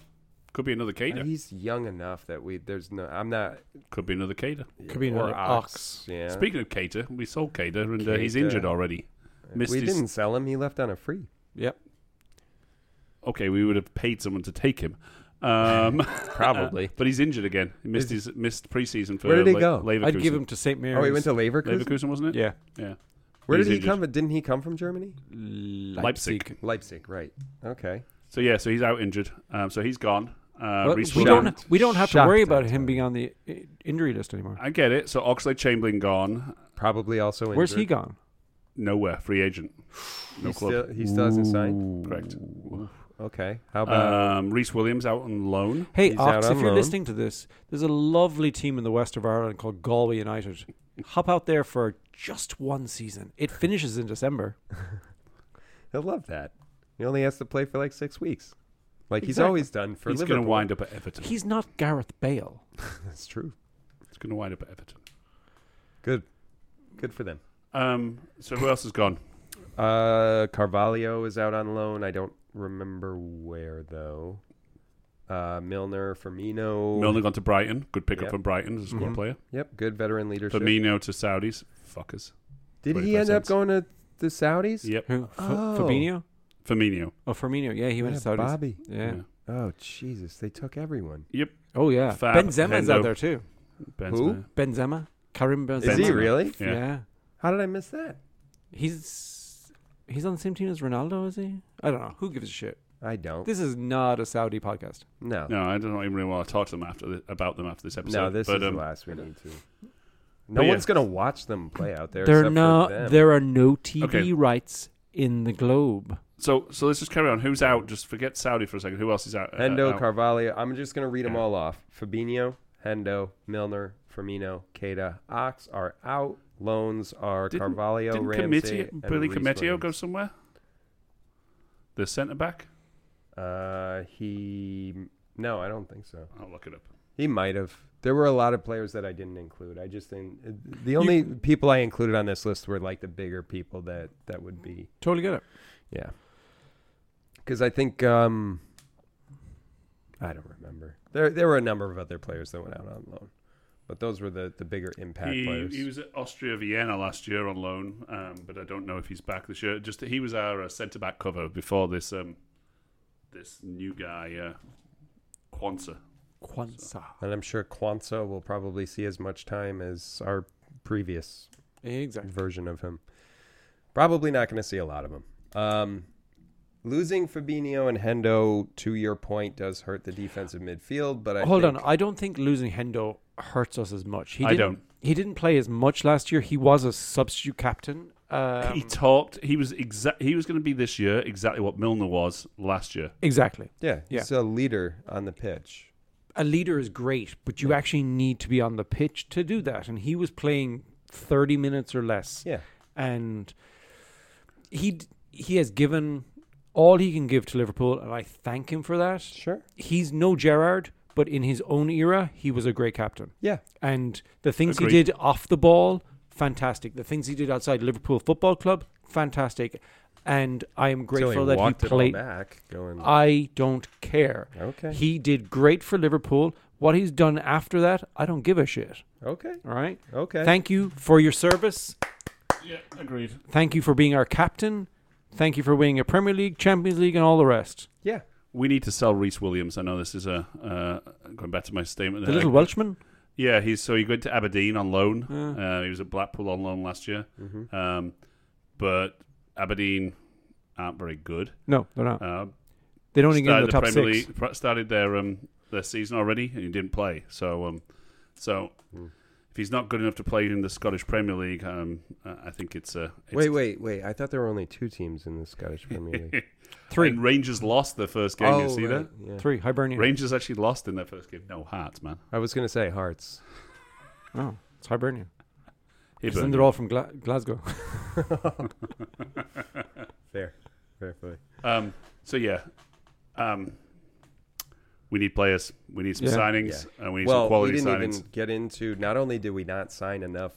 C: could be another Cater.
A: He's young enough that we. There's no. I'm not.
C: Could be another Cater.
D: Could be
A: or
D: another ox.
A: Yeah.
C: Speaking of Cater, we sold Cater, and Uh, he's
A: Keita.
C: injured already. Missed
A: we
C: his-
A: didn't sell him. He left on a free.
D: Yep.
C: Okay, we would have paid someone to take him. Um,
D: Uh,
A: Probably.
C: but he's injured again. He missed his missed preseason for
A: Where did he
C: Le-
A: go?
C: Leverkusen.
D: I'd give him to St. Mary's.
A: oh, he went to Leverkusen.
C: Leverkusen, wasn't it?
D: yeah
C: yeah.
A: Where
C: He's
A: did he
C: injured.
A: come? from? Didn't he come from Germany?
D: Uh, Leipzig.
A: Leipzig. Right. Okay.
C: So yeah, so he's out injured. Um, so he's gone. Uh,
D: Well,
C: Reece
D: we,
C: Wilson-
D: don't, we don't have to
A: Shocked
D: worry
A: I
D: about
A: was
D: him being on the uh, injury list anymore.
C: I get it. So Oxley Chamberlain gone.
A: Probably also. Injured.
D: Where's he gone?
C: Nowhere. Free agent. No
A: He
C: club.
A: still, he still hasn't signed.
C: Correct.
A: Okay. How about?
D: Uh,
C: Um, Reese Williams out on loan.
D: Hey,
A: He's out
D: Ox,
A: on
D: if you're
A: loan.
D: listening to this, there's a lovely team in the west of Ireland called Galway United. Hop out there for just one season. It finishes in December.
A: He'll love that. He only has to play for like six weeks, like he's
D: Exactly.
A: always done for
C: he's going
A: Liverpool.
C: to wind up at Everton.
D: He's not Gareth Bale.
A: That's true.
C: He's going to wind up at Everton.
A: Good, good for them.
C: Um, so who else is gone?
A: Uh, Carvalho is out on loan. I don't remember where though. Uh, Milner, Firmino.
C: Milner gone to Brighton. Good pickup
A: Yep.
C: from Brighton as a squad
A: Mhm.
C: player.
A: Yep, good veteran leadership.
C: Firmino to Saudis. Fuckers.
A: Did he
C: 25
A: end
C: cents.
A: up going to the Saudis?
C: Yep.
D: Who? F-
A: Oh.
D: Fabinho?
C: Firmino.
D: Oh, Firmino. Yeah, he went
A: Yeah,
D: to Saudi.
A: Bobby.
D: Yeah.
A: Oh Jesus, they took everyone.
D: Oh, yeah.
C: Fab,
D: Benzema's
C: Hendo.
D: out there too.
C: Ben's
A: Who?
C: there.
D: Benzema. Karim Benzema.
A: Is he
C: Benzema.
A: really?
C: Yeah.
D: Yeah.
A: How did I miss that?
D: He's he's on the same team as Ronaldo, is he? I don't know. Who gives a shit?
A: I don't.
D: This is not a Saudi podcast.
A: No, no,
C: No, I don't even really want to talk to them after the, about them after this episode.
A: this
C: but,
A: is
C: um,
A: the last we need to. No
C: yeah.
A: one's gonna watch them play out there.
D: There are
A: except
D: no
A: For them.
D: there are no TV
C: Okay.
D: rights in the globe.
C: So so let's just carry on. Who's out? Just forget Saudi for a second. Who else is out? Uh,
A: Hendo,
C: out?
A: Carvalho. I'm just going to read them
C: Yeah.
A: all off. Fabinho, Hendo, Milner, Firmino, Keita, Ox are out. Loans are
C: Didn't-
A: Carvalho,
C: Didn't
A: Ramsey,
C: Committee,
A: and
C: Billy
A: Reece
C: Cometio go
A: Williams.
C: somewhere? The centre back?
A: Uh, he no, I don't think so.
C: I'll look it up.
A: He might have. There were a lot of players that I didn't include. I just didn't. uh, The only people I included on this list were like the bigger people that that would be.
D: Totally get it.
A: Yeah. Because I think um, I don't remember. There there were a number of other players that went out on loan, but those were the the bigger impact
C: He,
A: players.
C: he was at Austria Vienna last year on loan, um, but I don't know if he's back this year. Just that he was our uh, centre back cover before this um, this new guy, uh, Kwanzaa.
D: Kwanzaa.
A: and I'm sure Kwanzaa will probably see as much time as our previous
D: Exactly.
A: version of him. Probably not going to see a lot of him. Um, losing Fabinho and Hendo, to your point, does hurt the defensive midfield. But I
D: Hold on.
A: think-
D: I don't think losing Hendo hurts us as much. He
C: I
D: didn't,
C: don't.
D: He didn't play as much last year. He was a substitute captain.
C: he
D: Um,
C: talked. He was exact. He was going to be this year exactly what Milner was last year.
D: exactly.
A: yeah,
D: Yeah.
A: he's a leader on the pitch.
D: A leader is great, but you actually need to be on the pitch to do that. And he was playing 30 minutes or less.
A: Yeah,
D: and he d- he has given all he can give to Liverpool, and I thank him for that.
A: sure.
D: He's no Gerrard, but in his own era, he was a great captain,
A: Yeah,
D: and the things
C: Agreed.
D: he did off the ball, fantastic. The things he did outside Liverpool Football Club, fantastic, and I am
A: Till
D: grateful that he
A: walked it all
D: played.
A: back. Going
D: I don't care.
A: okay,
D: He did great for Liverpool. What he's done after that, I don't give a shit.
A: okay,
D: All right.
A: okay.
D: Thank you for your service.
C: Yeah, agreed.
D: Thank you for being our captain. Thank you for winning a Premier League, Champions League, and all the rest.
A: yeah,
C: We need to sell Reese Williams. I know this is a uh, going back to my statement.
D: The
C: there.
D: little Welshman.
C: yeah, he's so he went to Aberdeen on loan.
D: Uh.
C: Uh, he was at Blackpool on loan last year,
A: hmm
D: Mm-hmm.
C: um, but Aberdeen aren't very good.
D: No, they're not.
C: Uh,
D: They don't even get
C: started
D: in the top
C: Premier
D: six.
C: League, pr- started their um, their season already, and he didn't play. So, um, so
A: Hmm.
C: if he's not good enough to play in the Scottish Premier League, um, I I think it's uh, it's
A: Wait, wait, wait. I thought there were only two teams in the Scottish Premier League. Oh,
D: Three, Oh,
C: And Rangers lost their first game. you see that?
A: right, yeah.
D: three. Hibernian.
C: Rangers actually lost in their first game. No hearts, man.
A: I was gonna say Hearts.
D: Oh, it's Hibernian. Because then they're all from Gla- Glasgow.
A: Fair. Fair play.
C: Um, so yeah, um, we need players. We need some
D: Yeah.
C: signings, and we need some
A: Well, we
C: quality
A: didn't
C: signings.
A: even get into. Not only did we not sign enough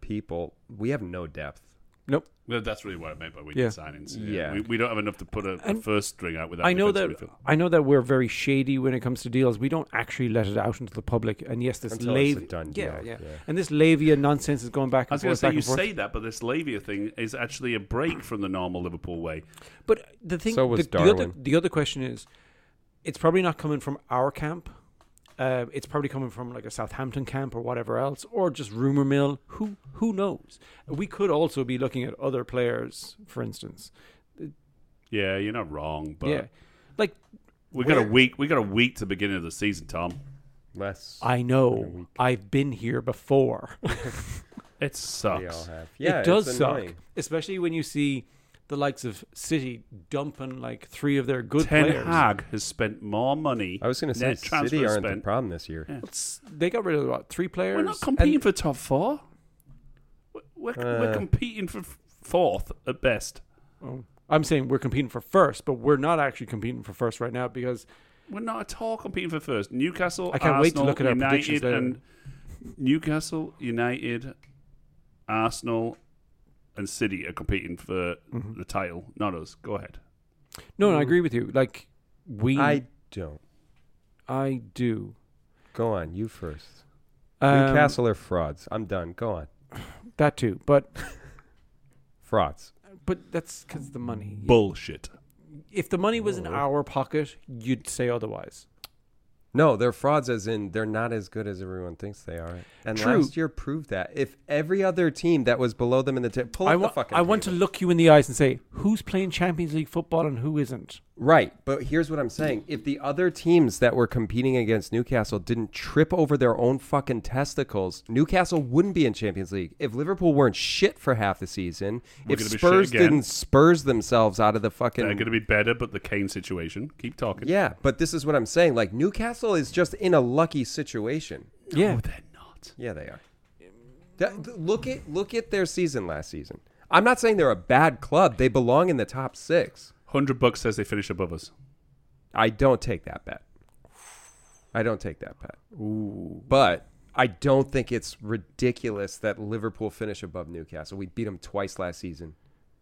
A: people, we have no depth.
D: nope.
C: Well, that's really what I meant by we
D: Yeah.
C: need signings.
A: Yeah.
C: we, we don't have enough to put a, a
D: And
C: first string out without.
D: I know that
C: defensive midfield.
D: I know that we're very shady when it comes to deals. We don't actually let it out into the public. And yes, this
A: Until it's a
D: Lev-
A: done
D: yeah,
A: deal,
D: yeah,
A: yeah.
D: and this Lavia nonsense is going back.
C: I
D: And
C: was going to say
D: forth, back
C: you
D: and forth.
C: say that, but this Lavia thing is actually a break from the normal Liverpool way.
D: But the thing,
A: So was
D: the, the other,
A: Darwin.
D: the other question is, it's probably not coming from our camp. Uh, it's probably coming from like a Southampton camp or whatever else, or just rumor mill. Who who knows? We could also be looking at other players, for instance.
C: Yeah, you're not wrong, but
D: yeah, like
C: we got a
D: Where-
C: week. We got a week to the beginning of the season, Tom.
A: Less.
D: I know I've been here before.
C: It
A: we all
C: sucks.
A: have. Yeah,
D: it does
A: it's
D: suck,
A: annoying.
D: especially when you see the likes of City dumping like three of their good
C: Ten
D: players.
C: Hag has spent more money.
A: I was going to say
C: net transfer
A: City aren't the
C: spent.
A: problem this year.
D: It's- They got rid of what three players.
C: We're not competing
D: and-
C: for top four. We're, we're, we're
A: Uh.
C: competing for f- fourth at best.
D: Oh, I'm saying we're competing for first, but we're not actually competing for first right now because
C: We're not at all competing for first. Newcastle,
D: I can't wait to
C: Arsenal,
D: look at our predictions
C: United,
D: later.
C: and Newcastle, United, Arsenal, and City are competing for
D: Mm-hmm.
C: the title, not us. Go ahead.
D: no, no, I agree with you. Like we,
A: I
D: I,
A: don't.
D: do.
A: Go on, you first.
D: Um,
A: Newcastle are frauds. I'm done. Go on.
D: that too, but
A: Frauds.
D: but that's because the money.
C: Bullshit.
D: If the money was in our pocket, you'd say otherwise.
A: No, they're frauds as in they're not as good as everyone thinks they are. And
D: True.
A: last year proved that. If every other team that was below them in the table, pull up
D: I,
A: the
D: wa-
A: fucking
D: I want to
A: table.
D: look you in the eyes and say who's playing Champions League football and who isn't.
A: Right, but here's what I'm saying. If the other teams that were competing against Newcastle didn't trip over their own fucking testicles, Newcastle wouldn't be in Champions League. If Liverpool weren't shit for half the season,
C: We're
A: if
C: gonna be shit
A: Spurs
C: again.
A: didn't Spurs themselves out of the fucking
C: They're going to be better, but the Kane situation. Keep talking.
A: Yeah, but this is what I'm saying. Like Newcastle is just in a lucky situation.
D: Yeah,
C: No, they're not.
A: Yeah, they are.
C: Mm-hmm.
A: That- th- look at look at their season last season. I'm not saying they're a bad club. They belong in the top six.
C: Hundred bucks says they finish above us.
A: I don't take that bet. I don't take that bet. But I don't think it's ridiculous that Liverpool finish above Newcastle. We beat them twice last season.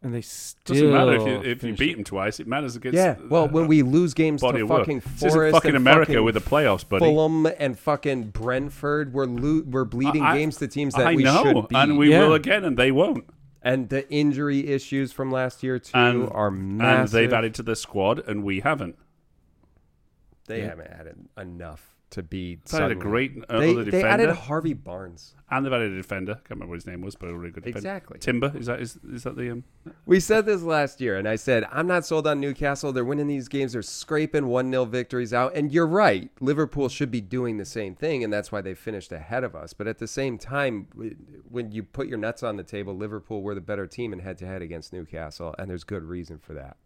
D: and they
C: Doesn't
D: still
C: matter if you, if you
D: finish
C: beat them twice. It matters against.
A: Yeah. Well, when we lose games
C: body
A: to
C: of work.
A: fucking
C: This
A: Forest,
C: isn't fucking
A: and
C: America
A: fucking
C: with the playoffs, buddy.
A: Fulham and fucking Brentford, we're lo- we're bleeding
C: I-
A: games to teams that
C: I
A: we
C: know,
A: should beat.
C: and we
D: Yeah.
C: will again, and they won't.
A: And the injury issues from last year too
C: And
A: are
C: And
A: massive.
C: they've added to the squad, and we haven't.
A: They haven't added enough to be.
C: They added a
A: suddenly-
C: great uh,
A: They,
C: other
A: they added
C: defender.
A: Harvey Barnes.
C: And they've added a defender. can't remember what his name was, but a really good defender.
A: Exactly.
C: Timber, is that is, is that the um
A: We said this last year, and I said I'm not sold on Newcastle. They're winning these games. They're scraping one 0 victories out, and you're right. Liverpool should be doing the same thing, and that's why they finished ahead of us. But at the same time, w- when you put your nuts on the table, Liverpool were the better team in head to head against Newcastle, and there's good reason for that.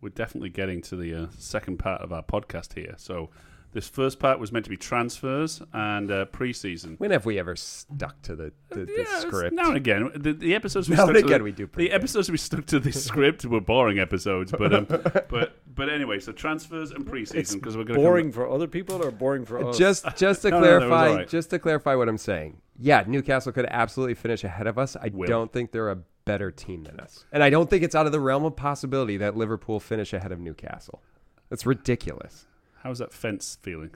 C: we're definitely getting to the uh, second part of our podcast here. So this first part was meant to be transfers and uh, preseason.
A: When have we ever stuck to the, the, the
C: Yeah, it's
A: script?
C: Now and again, the, the episodes we
A: Now
C: stuck
A: and
C: to the-
A: again we do pretty
C: the episodes we stuck to the script were boring episodes, but um, but but anyway, so transfers and preseason because we're going
D: boring for other people or boring for us.
A: just just to
C: Oh, No, no, no, it was
A: clarify
C: all right.
A: just to clarify what i'm saying yeah newcastle could absolutely finish ahead of us i
C: Will.
A: don't think they're a better team than us and i don't think it's out of the realm of possibility that liverpool finish ahead of newcastle that's ridiculous
C: How's that fence feeling?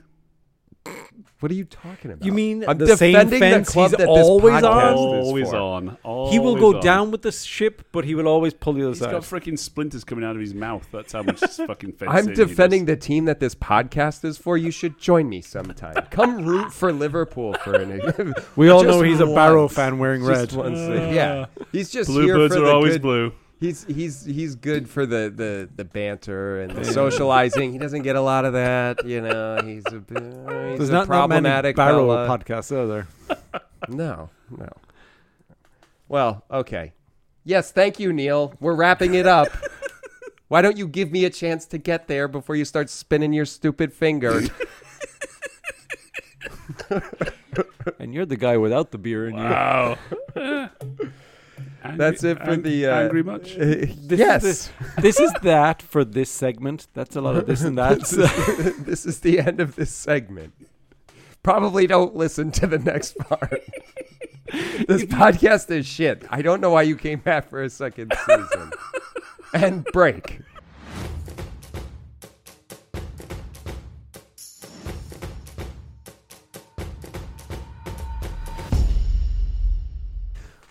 A: what are you talking about
D: You mean
A: I'm
D: the same
A: defending the
D: fence
A: club
D: he's
A: that this
D: always
A: podcast-
D: on?
A: is
C: Always
A: for.
C: on.
D: He will
C: always
D: go
C: on.
D: down with the ship, but he will always pull the other
C: He's
D: side.
C: got freaking splinters coming out of his mouth. That's how much fucking fence.
A: i'm
C: sitting he
A: defending
C: does.
A: the team that this podcast is for you should join me sometime come root for liverpool for an
D: we all
A: Just
D: know he's a Barrow
A: once.
D: fan wearing red. Uh,
A: Just once. yeah he's just here
C: Bluebirds
A: for
C: are
A: the
C: always
A: good-
C: blue.
A: He's he's he's good for the the, the banter and the socializing. He doesn't get a lot of that, you know. He's a bit- he's
D: There's
A: a
D: not, not many
A: problematic
D: Barrow
A: fella.
D: podcasts, are there?
A: No, no. Well, okay. Yes, thank you, Neil. We're wrapping it up. Why don't you give me a chance to get there before you start spinning your stupid finger?
D: and you're the guy without the beer in you.
C: Wow.
A: That's it for the, uh,
C: angry much.
D: This
A: yes.
D: Is the- this is that for this segment. That's a lot of this and that.
A: this is the end of this segment. Probably don't listen to the next part. this podcast is shit. I don't know why you came back for a second season. and break.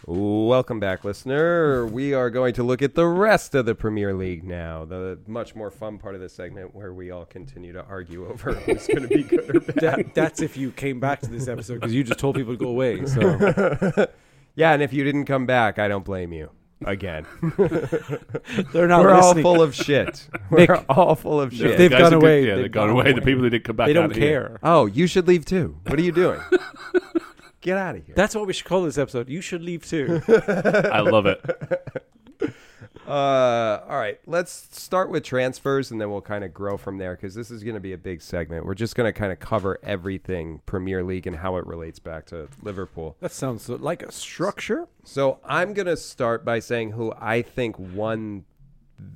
A: Welcome back, listener. We are going to look at the rest of the Premier League now, the much more fun part of this segment where we all continue to argue over who's going to be good or bad.
D: that. That's if you came back to this episode because you just told people to go away. So
A: Yeah, and if you didn't come back, I don't blame you. Again,
D: they're not
A: we're all
D: listening.
A: full of shit.
D: Nick.
A: We're all full of shit.
D: They've
C: Guys
D: gone
C: who did-
D: away.
C: yeah,
D: They've
C: they've gone
D: gone
C: away. The people who did come back.
D: they don't
C: out of here.
D: care.
A: oh, you should leave too. What are you doing? Get out of here.
D: That's what we should call this episode. You should leave too.
C: I love it.
A: Uh, all right, let's start with transfers, and then we'll kind of grow from there because this is going to be a big segment. We're just going to kind of cover everything Premier League and how it relates back to Liverpool.
D: that sounds like a structure.
A: So I'm going to start by saying who I think won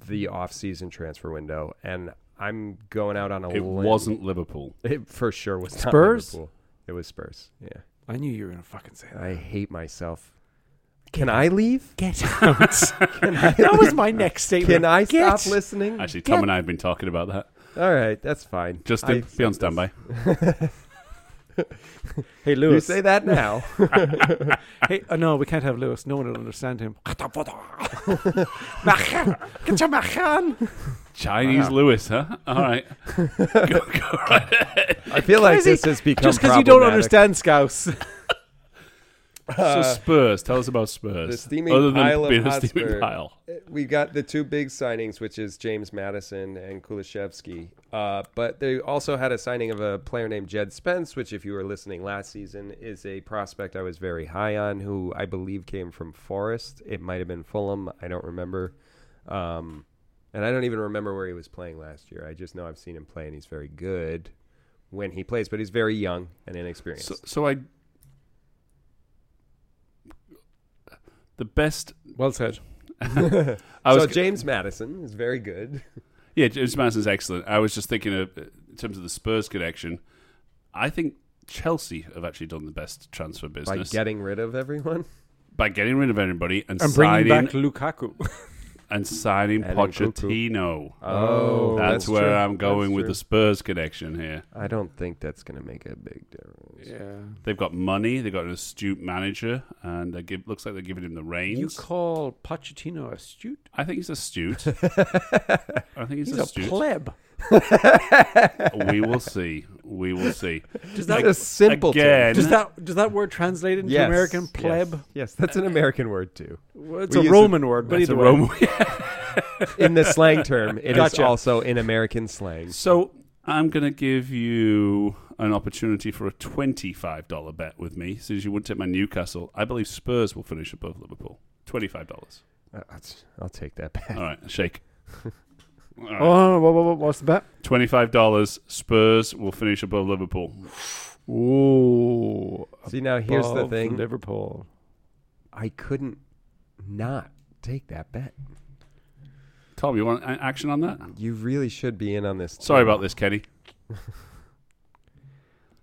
A: the offseason transfer window, and I'm going out on a
C: It
A: limb.
C: wasn't Liverpool.
A: It for sure was not
D: Spurs?
A: Liverpool. It was Spurs. Yeah,
D: I knew you were gonna fucking say that.
A: I hate myself. Can I leave?
D: Get out. that was my next statement.
A: Can I
D: Get-
A: stop listening?
C: Actually, Tom and I have been talking about that.
A: All right, that's fine.
C: Just
A: I
C: to be on standby.
D: Hey
A: You
D: Lewis.
A: say that now.
D: Hey, uh, no, we can't have Lewis. No one will understand him. Machan. Get your machan.
C: Chinese
A: Ah.
C: Lewis, huh? All right. go, go right ahead.
A: I feel like
D: Crazy.
A: this has become
D: Just because you don't
A: problematic.
D: understand Scouse.
C: so Spurs, tell us about Spurs.
A: the steaming
C: Other than
A: pile of
C: being a
A: Hotspur.
C: steaming pile.
A: we got the two big signings, which is James Madison and Kulishevsky. Uh, but they also had a signing of a player named Jed Spence, which, if you were listening last season, is a prospect I was very high on, who I believe came from Forest. It might have been Fulham. I don't remember. Um, and I don't even remember where he was playing last year. I just know I've seen him play, and he's very good when he plays, but he's very young and inexperienced.
C: So, so I. The best.
D: Well said.
C: I was
A: so James Madison is very good.
C: Yeah, James Madison's excellent. I was just thinking of, uh, in terms of the Spurs connection. I think Chelsea have actually done the best transfer
A: by
C: business
A: getting rid of everyone
C: by getting rid of everybody and,
D: I'm bringing
C: signing
D: back Lukaku.
C: and signing
A: And then Cuckoo.
C: Pochettino.
D: Oh,
C: that's,
A: that's
C: where
A: true.
C: I'm going
A: That's
C: with
A: true.
C: the Spurs connection here.
A: i don't think that's going to make a big difference
D: yeah.
C: They've got money. They've got an astute manager, and they give, looks like they're giving him the
D: You
C: reins.
D: call Pochettino astute?
C: I think he's astute. I think he's,
D: He's a
C: astute.
D: pleb.
C: we will see. We will see.
D: Does
A: That's
D: that
A: a simple
C: Again,
D: does that does that word translate into
A: Yes,
D: American
A: yes,
D: pleb?
A: yes, that's
C: Uh,
A: an american word too
D: Well, It's
A: We use
D: a
A: it-
D: Roman word, but
C: that's a
D: either way.
C: Roman.
A: in the slang term it is
D: Gotcha.
A: also in american slang
C: So I'm going to give you an opportunity for a $25 bet with me, since you wouldn't take my Newcastle. I believe Spurs will finish above Liverpool. $25.
A: Uh, that's- i'll take that back
C: All right, shake. All right.
D: Oh, what, what, what's the bet?
C: $25 Spurs will finish above Liverpool.
D: Ooh.
A: see now here's the
D: above
A: thing
D: Liverpool.
A: i couldn't not take that bet
C: Tom, you want a- action on that?
A: you really should be in on this
C: Sorry about this, Kenny.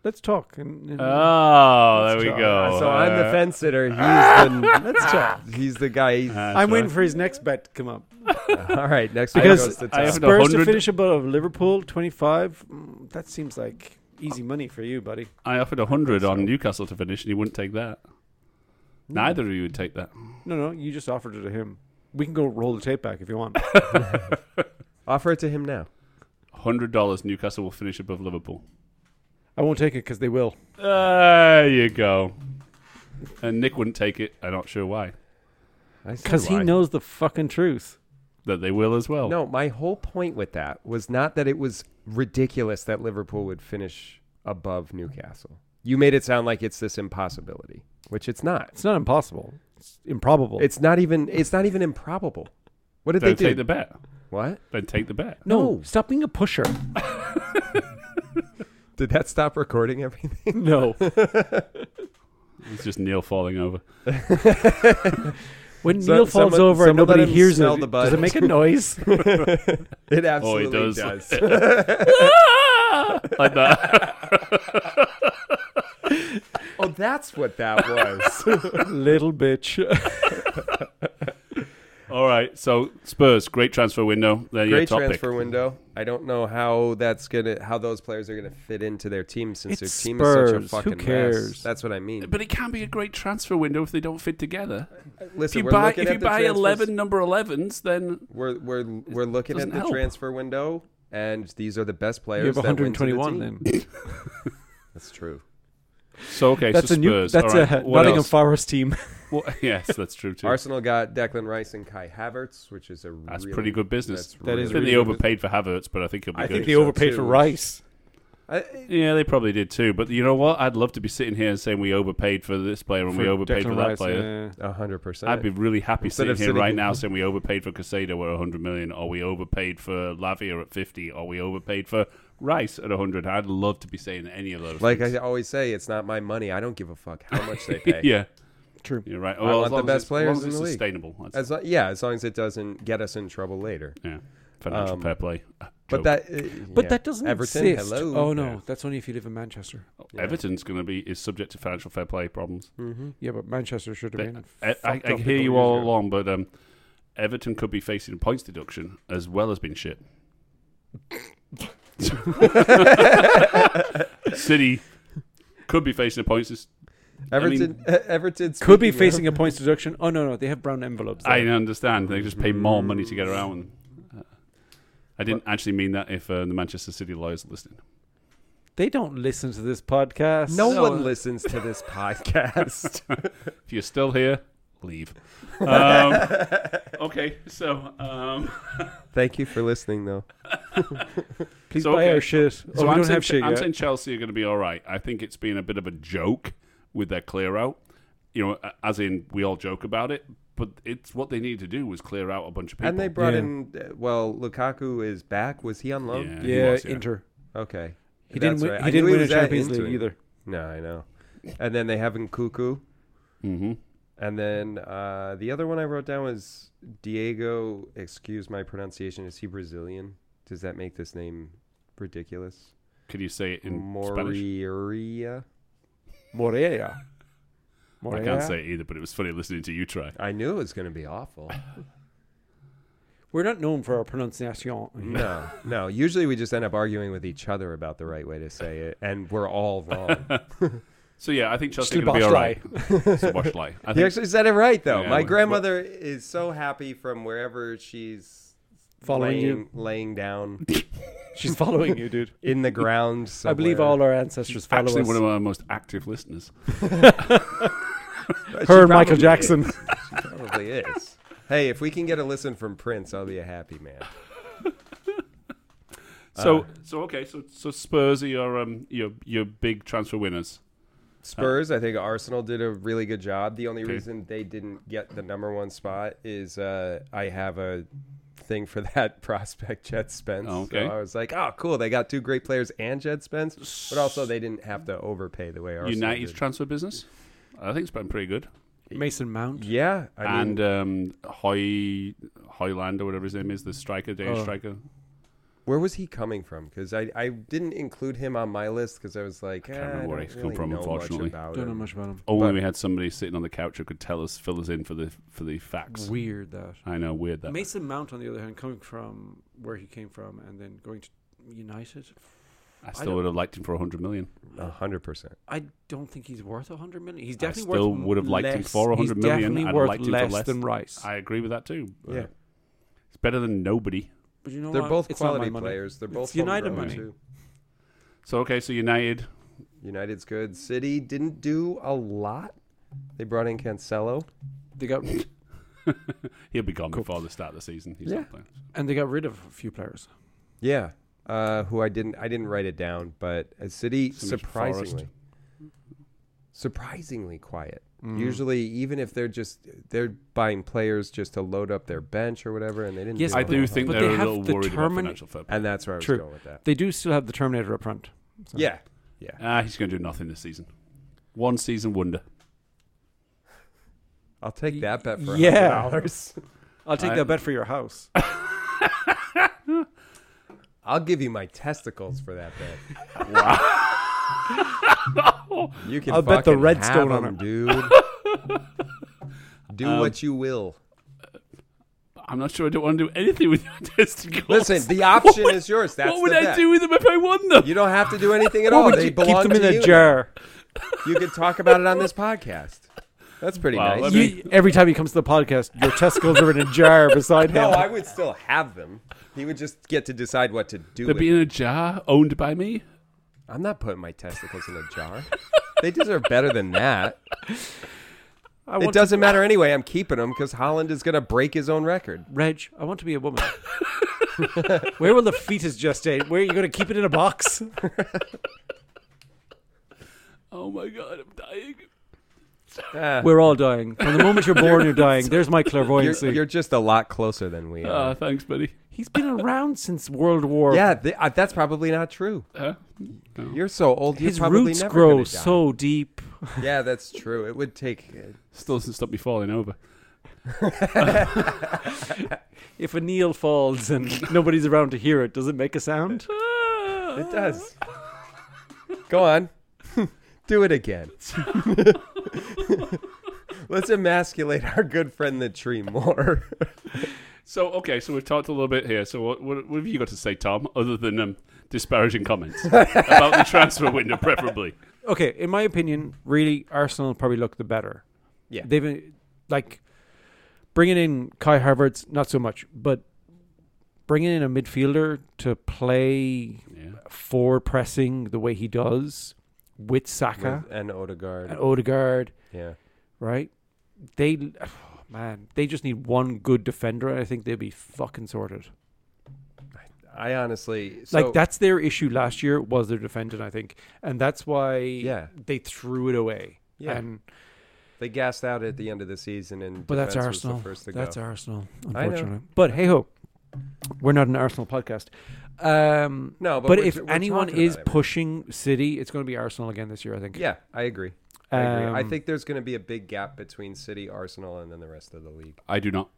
D: Let's talk. And,
A: Mm.
D: and-
C: Oh, there we
A: Uh,
C: go.
A: so i'm the
C: Uh,
A: fence sitter he's the,
D: let's talk.
A: he's the guy he's,
C: that's
D: I'm
C: right.
D: waiting for his next bet to come up.
A: all right next
D: Because
A: one goes to
C: Uh, I
A: Tom.
C: have no-
D: Spurs to
C: 100
D: finish above Liverpool, 25. Mm, that seems like easy money for you, buddy.
C: I offered 100 on Newcastle to finish, and he wouldn't take that.
A: Hmm.
C: Neither of you would take that.
D: No, no, you just offered it to him. We can go roll the tape back if you want.
A: offer it to him now
C: $100 Newcastle will finish above Liverpool.
D: I won't take it because they will.
C: There you go. And Nick wouldn't take it. I'm not sure why.
A: I see
D: Because he
A: why.
D: knows the fucking truth.
C: That they will as well.
A: No, my whole point with that was not that it was ridiculous that Liverpool would finish above Newcastle. You made it sound like it's this impossibility, which it's not.
D: It's not impossible. It's improbable.
A: It's not even it's not even improbable. What did
C: Then
A: they do?
C: take the bet.
A: what?
C: Then take the bet.
D: no,
A: no.
D: stop being a pusher.
A: Did that stop recording everything?
D: No.
C: It's just Neil falling over.
D: When
A: So-
D: Neil falls
A: someone-
D: over and
A: someone let
D: nobody
A: him
D: hears
A: smell
D: it,
A: the
D: does it
A: butt.
D: make a noise?
A: it
C: Oh,
A: absolutely
C: he does.
A: does.
C: like that.
A: oh, that's what that was.
D: Little bitch.
C: All right. So Spurs, great transfer window. They're your
A: Great
C: top
A: transfer
C: pick.
A: window. I don't know how that's gonna how those players are gonna fit into their team since
D: It's
A: their team is such a
D: Spurs. Who
A: fucking mess.
D: cares?
A: That's what I mean.
C: But it can be a great transfer window if they don't fit together. If
A: Listen,
C: you
A: we're
C: buy
A: looking
C: if
A: at
C: you
A: the
C: buy
A: transfers-
C: eleven number elevens, then
A: We're we're we're looking at
C: doesn't
A: the
C: help.
A: transfer window, and these are the best players.
D: you have
A: that went to the team.
D: 121 then.
A: That's true.
C: so okay.
D: That's
C: so
D: a new.
C: Spurs.
D: That's
C: All right.
D: a
C: what
D: Nottingham
C: else?
D: Forest team.
C: What- yes, that's true too.
A: Arsenal got Declan Rice and Kai Havertz, which is a
C: That's
A: really-
C: pretty good business.
A: that's
D: That
C: I
D: is
A: really
C: think
D: really
C: they
D: good.
C: overpaid for Havertz, but I think he'll be
A: I
C: good.
A: think they so,
D: overpaid
A: too.
D: for Rice.
A: I-
C: yeah, they probably did too. But you know what? I'd love to be sitting here and saying we overpaid for this player and we
D: For
C: overpaid
D: Declan
C: for that
D: Rice,
C: player.
D: yeah.
A: A hundred percent.
C: I'd be really happy
A: Instead
C: sitting
A: of
C: here
A: sitting
C: right
A: in-
C: now saying we overpaid for Casado at 100 million, or we overpaid for Lavia at 50, or we overpaid for Rice at 100. I'd love to be saying any of those.
A: like
C: things.
A: I always say, it's not my money. I don't give a fuck how much they pay.
C: yeah,
D: True.
C: you're right.
A: want
C: as
A: the
C: long as it's-
A: best
C: as long
A: players
C: as
A: in
C: it's
A: the league.
C: sustainable. That's-
A: As lo- yeah, as long as it doesn't get us in trouble later.
C: yeah, financial
A: um,
C: fair play. Ah,
A: But
C: joke.
A: that, uh,
D: But
A: yeah.
D: that doesn't
A: Everton.
D: exist.
A: Hello.
D: Oh no,
C: Yeah.
D: that's only if you live in Manchester.
C: Everton's going to be is subject to financial fair play problems.
A: Mm-hmm.
D: Yeah, but Manchester should have
C: They-
D: been.
C: I, I,
D: fucked
C: I
D: up
C: hear
D: a
C: you
D: couple
C: all
D: years ago.
C: along, but um, Everton could be facing points deduction as well as being shit. City could be facing a points. dis-
A: Everton. uh, Everton
D: Could be
A: speaking
D: facing a points deduction. Oh no, no, they have brown envelopes.
C: I
D: there.
C: understand. They just pay more money to get around with them. Uh, I didn't actually mean that if uh, the Manchester City lawyers are listening.
D: They don't listen to this podcast.
A: Of, no
C: So-
A: one listens to this podcast.
C: If you're still here, leave. Um, okay, so um,
A: Thank you for listening, though.
D: please
C: So,
D: buy
C: okay.
D: our shit. Oh,
C: So
D: we
C: I'm,
D: don't
C: saying,
D: have shit
C: I'm
D: yet.
C: saying Chelsea are going to be all right. I think it's been a bit of a joke with their clear out. You know, a- as in we all joke about it, but it's what they needed to do was clear out a bunch of people.
A: And they brought
D: Yeah.
A: in. uh, Well, Lukaku is back. Was he on loan?
C: Yeah, he
D: yeah,
C: was, yeah.
D: Inter.
A: Okay.
D: He didn't.
A: That's
D: Win,
A: right. I knew
D: He didn't win a
A: was at
D: Champions
A: Inter.
D: League either.
A: No, I know. And then they have Nkuku.
C: hmm
A: And then uh, the other one I wrote down was Diego. Excuse my pronunciation. Is he Brazilian? Does that make this name ridiculous?
C: Could you say it in Spanish?
A: Moreira.
D: Moreira.
C: I
D: Moreira.
C: can't say it either, but it was funny listening to you try.
A: I knew it was going to be awful.
D: We're not known for our pronunciation.
A: No, no. Usually we just end up arguing with each other about the right way to say it, and we're all wrong.
C: So yeah, I think Chelsea are
D: Still
C: going to be all right.
D: Boshlai.
C: Wash lie. I
A: He
C: think
A: actually said it right, though.
C: Yeah,
A: my
C: well-
A: grandmother is so happy from wherever she's
D: Following
A: laying,
D: you.
A: laying down
D: She's following you, dude.
A: in the ground.
D: I believe
A: somewhere.
D: all our ancestors follow
C: actually
D: us.
C: one of our most active listeners.
D: Her and Michael Jackson.
A: Probably is. Hey, if we can get a listen from Prince, I'll be a happy man.
C: So Uh, so okay, so so Spurs are your um your your big transfer winners.
A: Spurs, I think Arsenal did a really good job. The only
C: Okay.
A: reason they didn't get the number one spot is uh, I have a thing for that prospect, Jed Spence.
C: Oh, okay.
A: So I was like, oh, cool. They got two great players and Jed Spence, but also they didn't have to overpay the way Arsenal
C: United's
A: did.
C: transfer business, I think, it's been pretty good.
D: Mason Mount.
A: yeah, I mean,
C: and um, Hoy Hoyland or whatever his name is, the striker, Danish
D: Oh.
C: striker.
A: where was he coming from? Because I, I didn't include him on my list because I was like, eh, I
C: can't remember where
A: don't
C: he's come
A: really
C: from,
A: know much
C: unfortunately.
A: about
D: Don't know
A: him.
D: much about him.
C: Only
A: But-
C: Oh, we had somebody sitting on the couch who could tell us, fill us in for the for the facts.
D: Weird that.
C: I know, weird that.
D: Mason Mount, on the other hand, coming from where he came from and then going to United,
C: I
D: I
C: still
D: don't-
C: would have liked him for hundred million.
A: A hundred percent.
D: I don't think he's worth a hundred million. He's
C: I
D: definitely
C: still
D: worth
C: would have liked him
D: less-
C: for a
D: he's
C: hundred million.
D: Definitely
C: I'd
D: worth
C: liked him for
D: less,
C: less.
D: than Rice.
C: I agree with that too. but
A: Yeah.
C: it's better than nobody.
D: but you know
A: They're
D: what?
A: both
D: It's not my
A: quality
D: money.
A: players. They're
D: It's
A: both
D: United
A: homegrown,
D: money.
A: too.
C: So okay, so United.
A: United's good. City didn't do a lot. They brought in Cancelo.
D: They got
C: He'll be gone
D: Cool.
C: before the start of the season. He's
A: Yeah.
C: not playing.
D: and they got rid of a few players.
A: Yeah. Uh, who I didn't I didn't write it down, but uh, City
C: So much
A: surprisingly
C: Forest.
A: surprisingly quiet.
C: Mm.
A: Usually even if they're just they're buying players just to load up their bench or whatever and they didn't
D: Yes,
A: a
C: I do
A: lot.
C: think
D: But
C: they're
D: they
C: a
D: have
C: little
D: the
C: worried about
D: termin-
C: financial fair play.
A: and that's where I was
D: True.
A: going with that.
D: They do still have the Terminator up front. So.
A: Yeah. Yeah.
C: Ah, he's going to do nothing this season. One season wonder.
A: I'll take that bet for
D: yeah.
A: $100.
D: I'll take
C: I-
D: that bet for your house.
A: I'll give you my testicles for that bet. Wow. you can
D: I'll bet the
A: fucking
D: redstone
A: have
D: on
A: 'em, dude.
C: Um,
A: Do what you will.
C: I'm not sure I don't want to do anything with your testicles.
A: Listen, the option
C: What
A: is yours.
C: would-
A: That's
C: what would
A: the
C: I
A: bet.
C: do with them if I won them?
A: You don't have to do anything at
D: Why
A: all.
D: would
A: They
D: you keep
A: belong
D: them in
A: to
D: a
A: you.
D: jar?
A: You could talk about it on this podcast. That's pretty
C: Wow,
A: nice.
C: let me-
D: You, every time he comes to the podcast, your testicles are in a jar beside him.
A: No, I would still have them. He would just get to decide what to do.
C: They'd
A: With
C: be
A: them.
C: in a jar owned by me.
A: I'm not putting my testicles in a jar. They deserve better than that.
D: I
A: It
D: want
A: doesn't matter anyway. I'm keeping them because Holland is going to break his own record.
D: Reg, I want to be a woman. Where will the fetus gestate? Where are you going to keep it in a box?
C: Oh my god, I'm dying.
A: Ah,
D: We're all dying. From the moment you're born, you're dying. There's my
A: you're,
D: clairvoyancy.
A: you're just a lot closer than we
C: Ah,
D: Uh,
A: are.
C: thanks, buddy.
D: He's been around since World War.
A: yeah, th- uh, that's probably not true.
C: Huh?
A: You're so old.
D: His
A: you're probably
D: roots
A: never
D: grow
A: gonna die.
D: so deep.
A: Yeah, that's true. It would take.
C: Still doesn't stop me falling over.
D: If a Neil falls and nobody's around to hear it, does it make a sound?
A: It does. Go on. Do it again. Let's emasculate our good friend the tree more.
C: So okay, so we've talked a little bit here. So what, what, what have you got to say, Tom, other than um, disparaging comments about the transfer window, preferably?
D: Okay, in my opinion, really, Arsenal probably look the better.
A: Yeah.
D: They've been like bringing in Kai Havertz, not so much, but bringing in a midfielder to play
C: Yeah.
D: forward pressing the way he does with Saka
A: and Odegaard.
D: and Odegaard,
A: yeah.
D: right? They, oh, man, they just need one good defender, and I think they'll be fucking sorted.
A: I honestly so,
D: like that's their issue last year was their defending, I think, and that's why
A: Yeah.
D: they threw it away.
A: Yeah.
D: And
A: They gassed out at the end of the season, and
D: But that's
A: defense was the
D: Arsenal.
A: first to go.
D: That's Arsenal,
A: I know.
D: unfortunately. But hey ho, we're not an Arsenal podcast. Um,
A: No, but
D: but
A: we're-
D: if
A: we're
D: anyone
A: talking about
D: is
A: it.
D: pushing City, it's going to be Arsenal again this year. I think.
A: Yeah, I agree. I, agree. I
D: Um,
A: think there's going to be a big gap between City, Arsenal, and then the rest of the league.
C: I do not.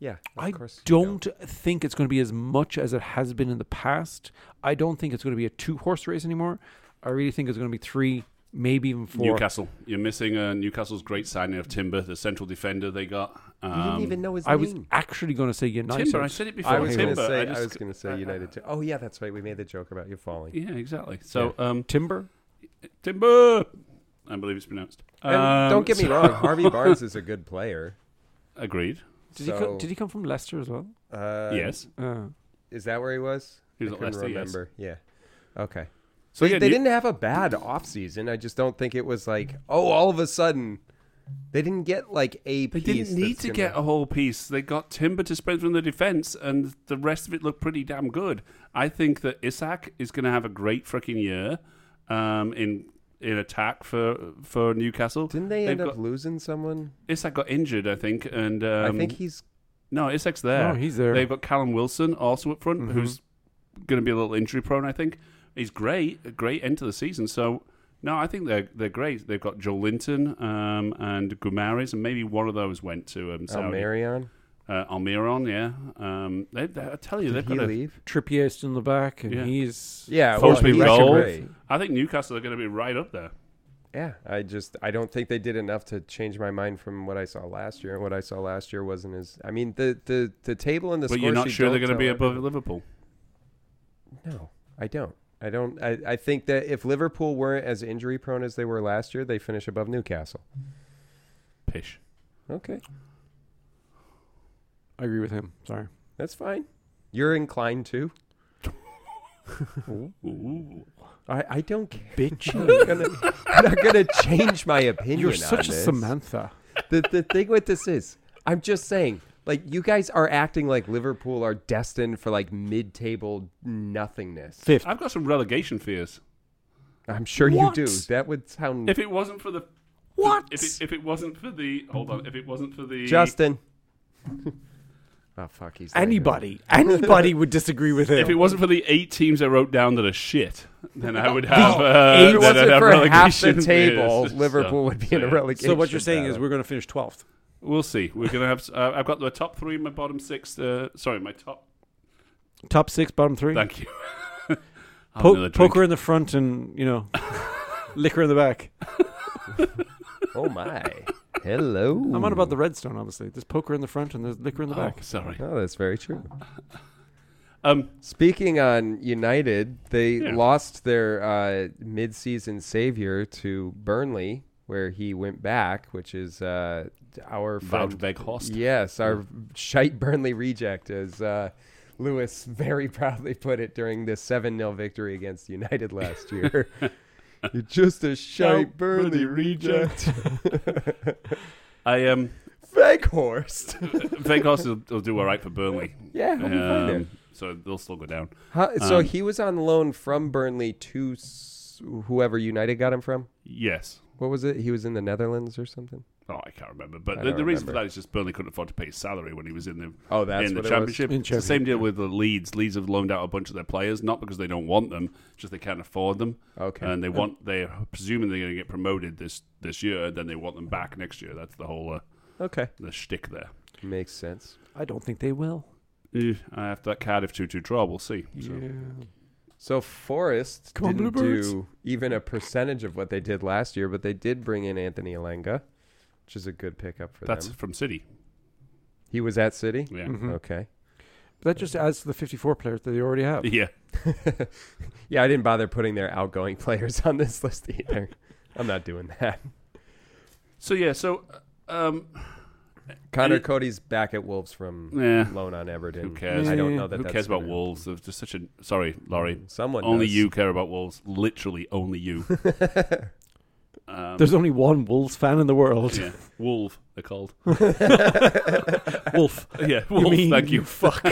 A: Yeah, of
D: I
A: course you
D: don't think it's going to be as much as it has been in the past. I don't think it's going to be a two-horse race anymore. I really think it's going to be three, maybe even four.
C: Newcastle, you're missing uh, Newcastle's great signing of Timber, the central defender they got.
A: You
C: Um,
A: didn't even know his
D: I was
A: name.
D: actually going to say United.
C: Timber, I said it before.
A: I was
C: Timber.
A: going to say. I,
C: just-
A: was going to say United. too. Oh yeah, that's right. We made the joke about you falling.
C: Yeah, exactly. So um,
D: Timber.
C: Timber, I believe it's pronounced.
A: And
C: Um,
A: don't get me
C: so-
A: wrong. Harvey Barnes is a good player.
C: Agreed.
D: Did he
A: So-
D: co- did he come from Leicester as well?
A: Uh,
C: yes.
D: Uh,
A: Is that where he was?
C: He was
A: I
C: at
A: couldn't
C: Leicester, yes.
A: remember. Yeah. Okay.
C: So
A: they,
C: yeah,
A: they
C: New-
A: didn't have a bad offseason. I just don't think it was like, oh, all of a sudden, they didn't get like a
C: They
A: piece.
C: didn't need
A: that's
C: to
A: gonna-
C: get a whole piece. They got Timber to spread from the defense, and the rest of it looked pretty damn good. I think that Isak is going to have a great freaking year um, in in attack for for Newcastle.
A: Didn't they
C: They've
A: end up
C: got-
A: losing someone?
C: Isak got injured, I think, and um,
A: I think Oh, he's
C: no Isak's there.
D: No, he's there.
C: They've got Callum Wilson also up front, who's
A: Mm-hmm.
C: going to be a little injury prone. I think he's great, a great end to the season. So no, I think they're they're great. They've got Joe Linton um, and Gumaris, and maybe one of those went to um, Saudi.
A: Almerion.
C: Uh, Almiron, yeah. Um, they, they, I tell you,
A: Did
C: they've
A: he
C: got. A,
A: leave?
D: Trippier is still in the back, and
C: Yeah.
D: he's
A: Yeah,
C: Full
A: well,
C: speed
A: he's
C: roll.
A: great.
C: I think Newcastle are going to be right up there.
A: Yeah, I just I don't think they did enough to change my mind from what I saw last year. What I saw last year wasn't as I mean the the the table and the
C: but
A: score
C: you're not
A: sheet
C: sure they're
A: don't
C: going to be
A: tell-
C: above Liverpool.
A: No, I don't. I don't. I, I think that if Liverpool weren't as injury prone as they were last year, they finish above Newcastle.
C: Pish.
A: Okay,
D: I agree with him. Sorry.
A: that's fine. You're inclined to.
C: Ooh.
A: I, I don't care. I'm
D: Bitchy.
A: not gonna, I'm not gonna change my opinion.
D: You're
A: on
D: such a
A: this.
D: Samantha.
A: The the thing with this is, I'm just saying, like you guys are acting like Liverpool are destined for like mid-table nothingness.
D: Fifth.
C: I've got some relegation fears.
A: I'm sure
D: What?
A: you do. That would sound
C: If it wasn't for the.
D: What?
C: If it, if it wasn't for the. Hold on. If it wasn't for the.
A: Justin. Oh fuck, he's there now.
D: Anybody, anybody would disagree with him.
C: If it wasn't for the eight teams I wrote down that are shit, then I would have. Uh,
A: If it
C: then
A: wasn't
C: I'd have
A: for half the
C: relegation.
A: table,
C: Yes, so-
A: Liverpool would be in a
C: yeah.
A: relegation.
D: so what you're saying is
A: battle.
D: we're going to finish 12th.
C: We'll see. We're gonna have. Uh, I've got the top three, my bottom six. Uh, sorry, my top.
D: Top six, bottom three.
C: Thank you. Have
D: Po-
C: another drink.
D: poker in the front and, you know, liquor in the back.
A: oh my, hello.
D: I'm on about the redstone, obviously. There's poker in the front and there's liquor in the
C: Oh,
D: back.
C: sorry.
A: Oh, that's very true.
C: Um,
A: Speaking on United, they
C: Yeah.
A: lost their uh, mid-season savior to Burnley, where he went back, which is uh, our
C: Van
A: friend.
C: Weghorst.
A: Yes, our shite Burnley reject, as uh, Lewis very proudly put it during this 7 0 victory against United last year. You're just a shite
C: Shite
A: Burnley
C: Burnley
A: reject.
C: I um,
A: Fake horse.
C: Weghorst will, will do all right for Burnley.
A: Yeah, how do you find it?
C: Um, so they'll still go down.
A: How- so
C: um,
A: he was on loan from Burnley to s- whoever United got him from.
C: Yes.
A: What was it? He was in the Netherlands or something.
C: Oh, I can't remember. But
A: I
C: the,
A: don't
C: the reason for
A: remember.
C: that is just Burnley couldn't afford to pay his salary when he was in the
A: Oh, that's
C: in the
A: what it was.
C: championship.
D: In
C: It's the same
D: Championship,
C: deal with the Leeds. Leeds have loaned out a bunch of their players, not because they don't want them, just they can't afford them.
A: Okay.
C: And they want they're presuming they're going to get promoted this this year, and then they want them back next year. That's the whole uh,
A: Okay,
C: the shtick there.
A: makes sense.
D: I don't think they will.
C: Eh, After that Cardiff two two draw, we'll see. So.
A: So Forest
D: Come on,
A: didn't
D: Bluebirds.
A: do even a percentage of what they did last year, but they did bring in Anthony Alenga, which is a good pickup for
C: That's Mm-hmm.
A: them. Hmm.
C: from City.
A: He was at City.
C: Yeah.
D: Mhm.
A: Okay.
D: That just adds to the 54 players that they already have.
C: Yeah.
A: Yeah, I didn't bother putting their outgoing players on this list either. I'm not doing that.
C: So yeah. So um,
A: Connor
C: Any-
A: Cody's back at Wolves from
C: yeah.
A: loan on Everton.
C: Mm. Who cares?
A: I don't know that.
C: Who
A: that's
C: cares about
A: gonna-
C: Wolves? They're just such a sorry, Laurie.
A: Someone.
C: Only
A: does.
C: you care about Wolves. Literally, only you. um,
D: There's only one Wolves fan in the world.
C: yeah, Wolf. They're called.
D: Wolf.
C: Yeah, Wolf.
D: mean
C: thank
D: you
C: you. Fuck.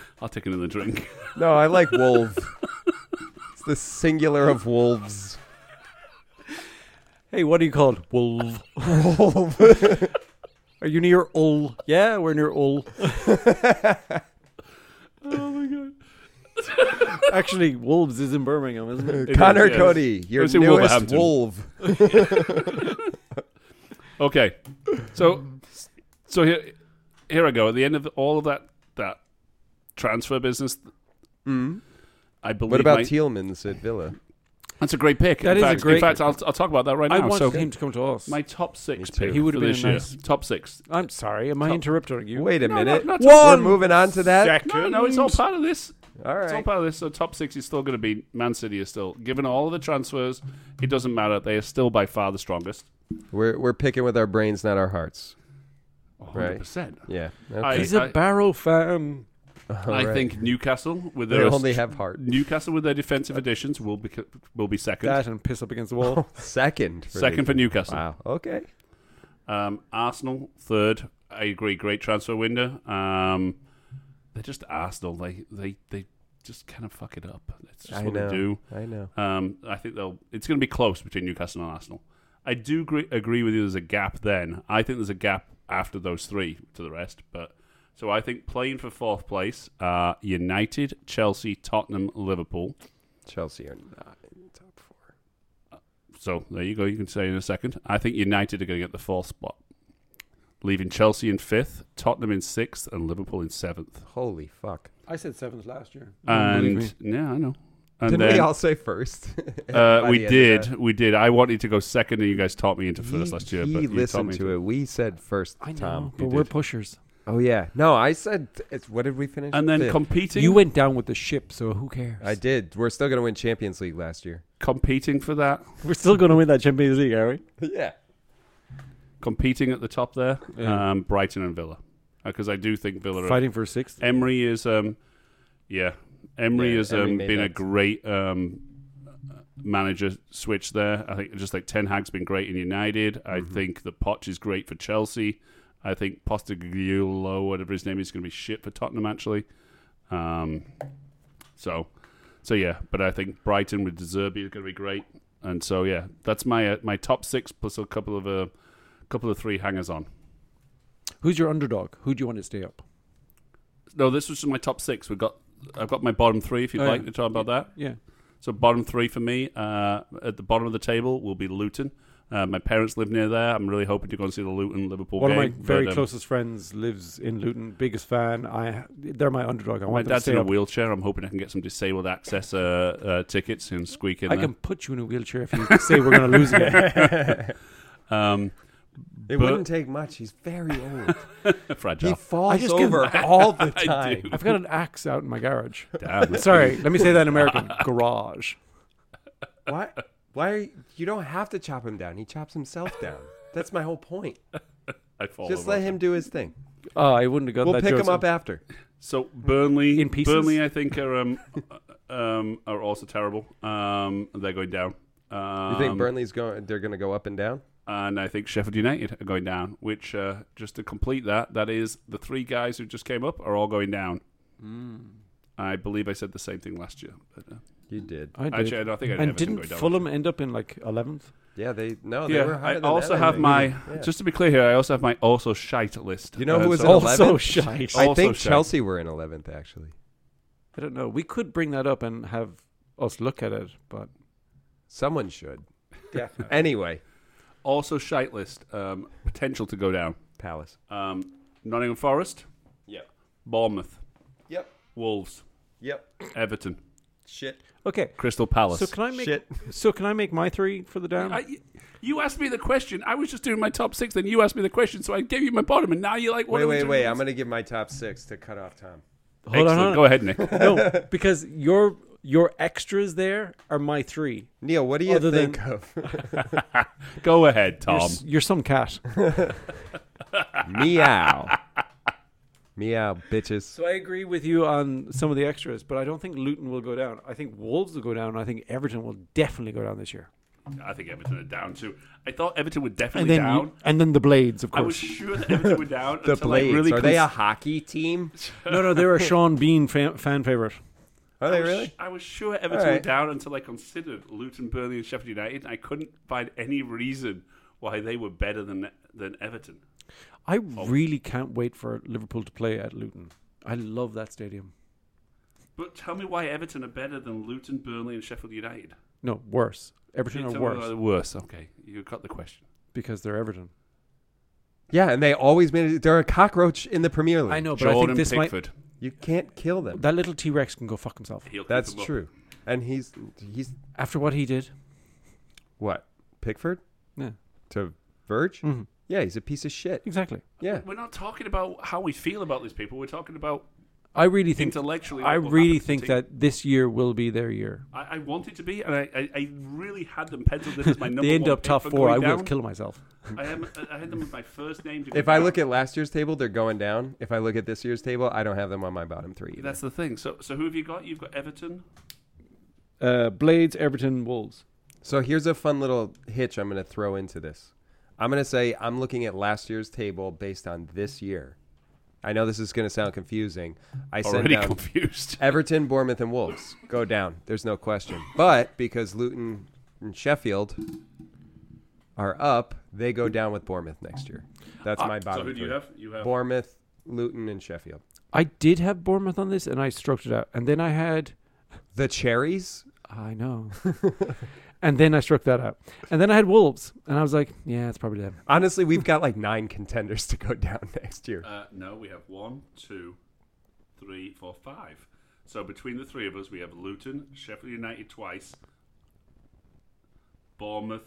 C: I'll take another drink.
A: No, I like Wolves. it's the singular of wolves.
D: Hey, what are you called? Wolf. Are you near Ull? Yeah, we're near Ull.
C: Oh my god.
D: Actually, Wolves is in Birmingham, isn't it?
A: Connor
C: yes.
A: Cody, your
C: It's in
A: newest
C: Wolverhampton.
A: wolf.
C: Okay, so so here here I go. At the end of all of that that transfer business, I believe.
A: Mm-hmm. What about
C: my-
A: Tealman's at Villa?
C: That's a great pick.
D: That
C: in
D: is a
C: fact,
D: great-
C: In fact, I'll, I'll talk about that right
D: I
C: now.
D: want
C: So
D: him to come to us.
C: my top six
A: Me too.
C: pick
D: He
C: he
D: would have
C: for
D: been
C: this
D: a
C: year.
D: nice-
C: Top six.
D: I'm sorry, am I
C: Top-
D: interrupting you?
A: Wait a
C: No,
A: minute.
C: no, not-
A: We're
C: One
A: moving on to that.
C: No, no, it's all part of this.
A: All
C: It's all
A: right.
C: part of this. So top six is still going to be Man City is still given all of the transfers. It doesn't matter. They are still by far the strongest.
A: We're we're picking with our brains, not our hearts. Right.
C: 100%.
A: Yeah.
C: I-
A: Okay.
D: He's a Barrow fan.
A: All
C: I
A: right.
C: think Newcastle with
A: they
C: their
A: only have heart.
C: Newcastle with their defensive additions will be will be second.
D: That and piss up against the wall.
A: Second. For
C: second for
A: Leeds.
C: Newcastle.
A: Wow. Okay.
C: Um, Arsenal third. I agree. Great transfer window. Um, they're just Arsenal. They they they just kind of fuck it up. That's just
A: I
C: what
A: know.
C: they do.
A: I know.
C: Um, I think they'll. It's going to be close between Newcastle and Arsenal. I do agree, agree with you. There's a gap. Then I think there's a gap after those three to the rest. But so I think playing for fourth place are United, Chelsea, Tottenham, Liverpool.
A: Chelsea are not in the top four.
C: So there you go. You can say in a second. I think United are going to get the fourth spot, leaving Chelsea in fifth, Tottenham in sixth, and Liverpool in seventh.
A: Holy fuck.
D: I said seventh last year.
C: And yeah, I know. And
A: Didn't
C: then
A: we all say first?
C: uh,
A: By
C: we
A: the end of
C: did,
A: that.
C: we did. I wanted to go second, and you guys taught me into
A: He,
C: first last year.
A: he
C: but you taught
A: listened
C: me
A: to it. We said first,
D: I know,
A: Tom.
D: but
C: you
D: we're
C: did.
D: pushers.
A: Oh yeah. No, I said. It's, what did we finish?
C: and then
A: Fifth.
C: competing
D: You went down with the ship, so who cares?
A: I did. We're still gonna win Champions League last year.
C: competing for that
D: We're still going to win that Champions League, are we?
A: yeah.
C: competing at the top there
D: Yeah.
C: um, Brighton and Villa because I do think Villa are,
D: Fighting for sixth.
C: Emery is um yeah Emery
A: Yeah,
C: has
A: Emery
C: um,
A: made
C: been a
A: that.
C: great um manager switch there I think just like Ten Hag's been great in United I
A: Mm-hmm.
C: think the Poch is great for Chelsea I think Postecoglou whatever his name is going to be shit for Tottenham actually um so so yeah but I think Brighton with De Zerbi is going to be great and so yeah that's my uh, my top six plus a couple of uh, couple of three hangers on
D: Who's your underdog? Who do you want to stay up?
C: no, this was my top six. We got I've got my bottom three. If you'd
D: Oh, yeah.
C: like to talk about that,
D: Yeah.
C: so bottom three for me uh, at the bottom of the table will be Luton. Uh, my parents live near there. I'm really hoping to go and see the Luton Liverpool
D: One
C: game.
D: of my very
C: but, um,
D: closest friends lives in Luton. Biggest fan. I they're my underdog. I
C: My
D: want them to
C: dad's
D: stay
C: in a
D: up.
C: wheelchair. I'm hoping I can get some disabled access uh, uh, tickets and squeak in
D: I
C: there.
D: can put you in a wheelchair if you say we're going to lose again.
C: Um,
A: It
C: But-
A: wouldn't take much. He's very old.
C: fragile.
A: he falls
D: just get-
A: over all the
C: I
A: time.
C: do.
D: I've got an axe out in my garage.
C: Damn, that's
D: Sorry, let me say that in American garage.
A: Why? Why? are you- You don't have to chop him down. He chops himself down. That's my whole point.
C: I fall
A: Just
C: over.
A: let him do his thing.
D: Oh, I wouldn't have got
A: We'll
D: that.
A: pick him up
D: Joseph.
A: after.
C: So Burnley,
D: In pieces?
C: Burnley, I think are um, um, are also terrible. Um, they're going down. Um,
A: You think Burnley's going? They're going to go up and down.
C: and I think Sheffield United are going down. Which uh, just to complete that, that is the three guys who just came up are all going down. I believe I said the same thing last year. But, uh,
A: You did.
D: I did.
C: actually, I don't think I
D: and
C: didn't
D: didn't
C: going down.
D: Fulham end up in like eleventh?
A: Yeah, they no. They were
C: yeah,
A: higher
C: I
A: than
C: also
A: that,
C: have
A: think.
C: my.
A: Yeah.
C: Just to be clear here, I also have my also shite list. Uh,
A: You know who was
C: so-
A: in
D: Also
A: 11th?
D: Oh, shite.
A: I
C: also
A: think
C: shite.
A: Chelsea were in eleventh actually.
D: I don't know. We could bring that up and have us look at it, but
A: Someone should. Anyway,
C: also shite list um, potential to go down.
A: Palace.
C: Um, Nottingham Forest,
A: Yep.
C: Bournemouth,
A: Yep.
C: Wolves,
A: Yep.
C: Everton,
A: Shit.
D: okay.
C: Crystal Palace.
D: So can I make?
A: Shit.
D: So can I make my three for the down?
C: I- you asked me the question. I was just doing my top six. Then you asked me the question, so I gave you my bottom, and now you're like, what
A: Wait,
C: are we
A: wait,
C: doing?
A: wait. I'm going to give my top six to cut off Tom.
D: Hold on,
C: Excellent.
D: hold on.
C: Go ahead, Nick.
D: no, because your your extras there are my three.
A: Neil, what do you
D: Other than-
A: think of
C: Go ahead,
D: You're,
C: Tom.
D: s- you're some cat.
A: meow? meow, bitches.
D: So I agree with you on some of the extras, but I don't think Luton will go down. I think Wolves will go down. and I think Everton will definitely go down this year.
C: I think Everton are down too. I thought Everton were
D: And
C: definitely
D: then
C: down.
D: you- and then the Blades, of
C: I was
D: course.
C: sure that Everton were down.
A: The
C: until
A: Blades.
C: I really
A: Are they a
C: cons-
A: hockey team?
D: no, no, they're a Sean Bean fan, fan favorite.
A: Are
C: I
A: they
C: was-
A: really?
C: I was sure Everton
A: All
C: were
A: right.
C: down until I considered Luton, Burnley, and Sheffield United. I couldn't find any reason why they were better than than Everton.
D: I really can't wait for Liverpool to play at Luton. I love that stadium.
C: But tell me why Everton are better than Luton, Burnley, and Sheffield United.
D: No, worse. Everton
C: Tell
D: are
C: me
D: worse
C: why they're worse. Okay, you got the question.
D: because they're Everton.
A: Yeah, and they always made it. They're a cockroach in the Premier League.
D: I know, but I
C: Jordan
D: think this
C: Pickford.
A: You can't kill
D: might
A: them.
D: that little T Rex can go fuck himself
C: He'll keep
A: That's
C: them up.
A: true. And he's he's
D: after what he did.
A: what Pickford
D: Yeah,
A: to Verge.
D: Mhm.
A: Yeah, he's a piece of shit.
D: exactly.
A: Yeah,
C: We're not talking about how we feel about these people. We're talking about
D: I really think
C: intellectually.
D: I
C: what
D: really
C: happens to
D: think
C: the team.
D: that this year will be their year.
C: I, I wanted to be, and I, I, I really had them penciled in as my number
D: they end
C: one
D: up
C: pick
D: top
C: for
D: four. I
C: going
D: will
C: down.
D: kill myself.
C: I, am, I had them with my first name. to go
A: If I
C: down.
A: look at last year's table, they're going down. If I look at this year's table, I don't have them on my bottom three. either.
C: that's the thing. So, so who have you got? You've got Everton.
D: Uh, Blades, Everton, Wolves.
A: So here's a fun little hitch I'm going to throw into this. I'm going to say I'm looking at last year's table based on this year. I know this is going to sound confusing. I sent
C: Already
A: down
C: confused.
A: Everton, Bournemouth, and Wolves go down. There's no question. But because Luton and Sheffield are up, they go down with Bournemouth next year. That's my bottom.
C: Ah, so who do you
A: three.
C: have? You have
A: Bournemouth, Luton, and Sheffield.
D: I did have Bournemouth on this, and I stroked it out. And then I had,
A: The Cherries.
D: I know, and then I struck that out. And then I had Wolves, and I was like, yeah, it's probably them.
A: Honestly, we've got like nine contenders to go down next year.
C: Uh, no, we have one, two, three, four, five. So between the three of us, we have Luton, Sheffield United twice, Bournemouth,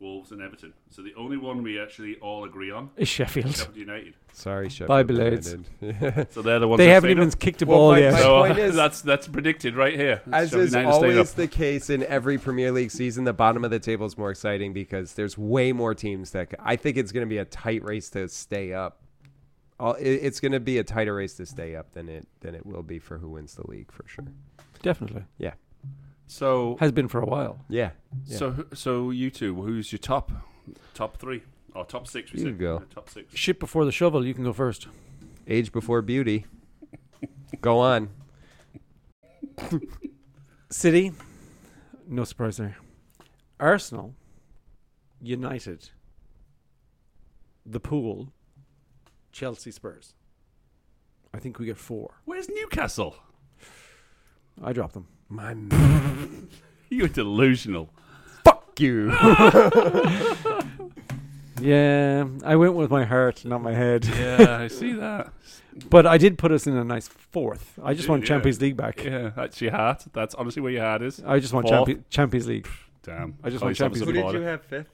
C: Wolves, and Everton. So the only one we actually all agree on,
D: It's Sheffield.
C: Sheffield United.
A: Sorry, Sheffield.
D: Bye, Blades.
A: United.
C: So they're the ones
D: They
C: that
D: haven't
C: stayed
D: even
C: up.
D: kicked a
A: Well,
D: ball
A: my-
D: yet.
A: my-
C: So uh,
A: point is-
C: that's that's predicted right here.
A: As
C: Sheffield United
A: is
C: stayed
A: always
C: up.
A: the case in every Premier League season, the bottom of the table is more exciting because there's way more teams that c- I think it's going to be a tight race to stay up. All- i- It's going to be a tighter race to stay up than it than it will be for who wins the league for sure.
D: Definitely
A: Yeah,
C: So
D: has been for a while.
A: yeah. yeah.
C: so who- so you two, who's your top top three or top six? We
A: You
C: said.
A: go.
C: Uh, top six.
D: Ship before the shovel. You can go first.
A: Age before beauty. go on.
D: City, no surprise there. Arsenal, United, the pool, Chelsea, Spurs. I think we get four.
C: Where's Newcastle?
D: I dropped them.
A: My m-
C: You're delusional.
A: fuck you.
D: Yeah, I went with my heart, not my head.
C: Yeah, I see that.
D: But I did put us in a nice fourth. I just want
C: Yeah.
D: Champions League back.
C: Yeah, that's your heart. That's honestly where your heart is.
D: I just want
C: Fourth.
D: Champi- Champions League.
C: Damn. Oh,
D: I just
C: Call
D: want
C: yourself a
D: Champions
A: Who
D: League.
C: supporter.
A: did you have fifth?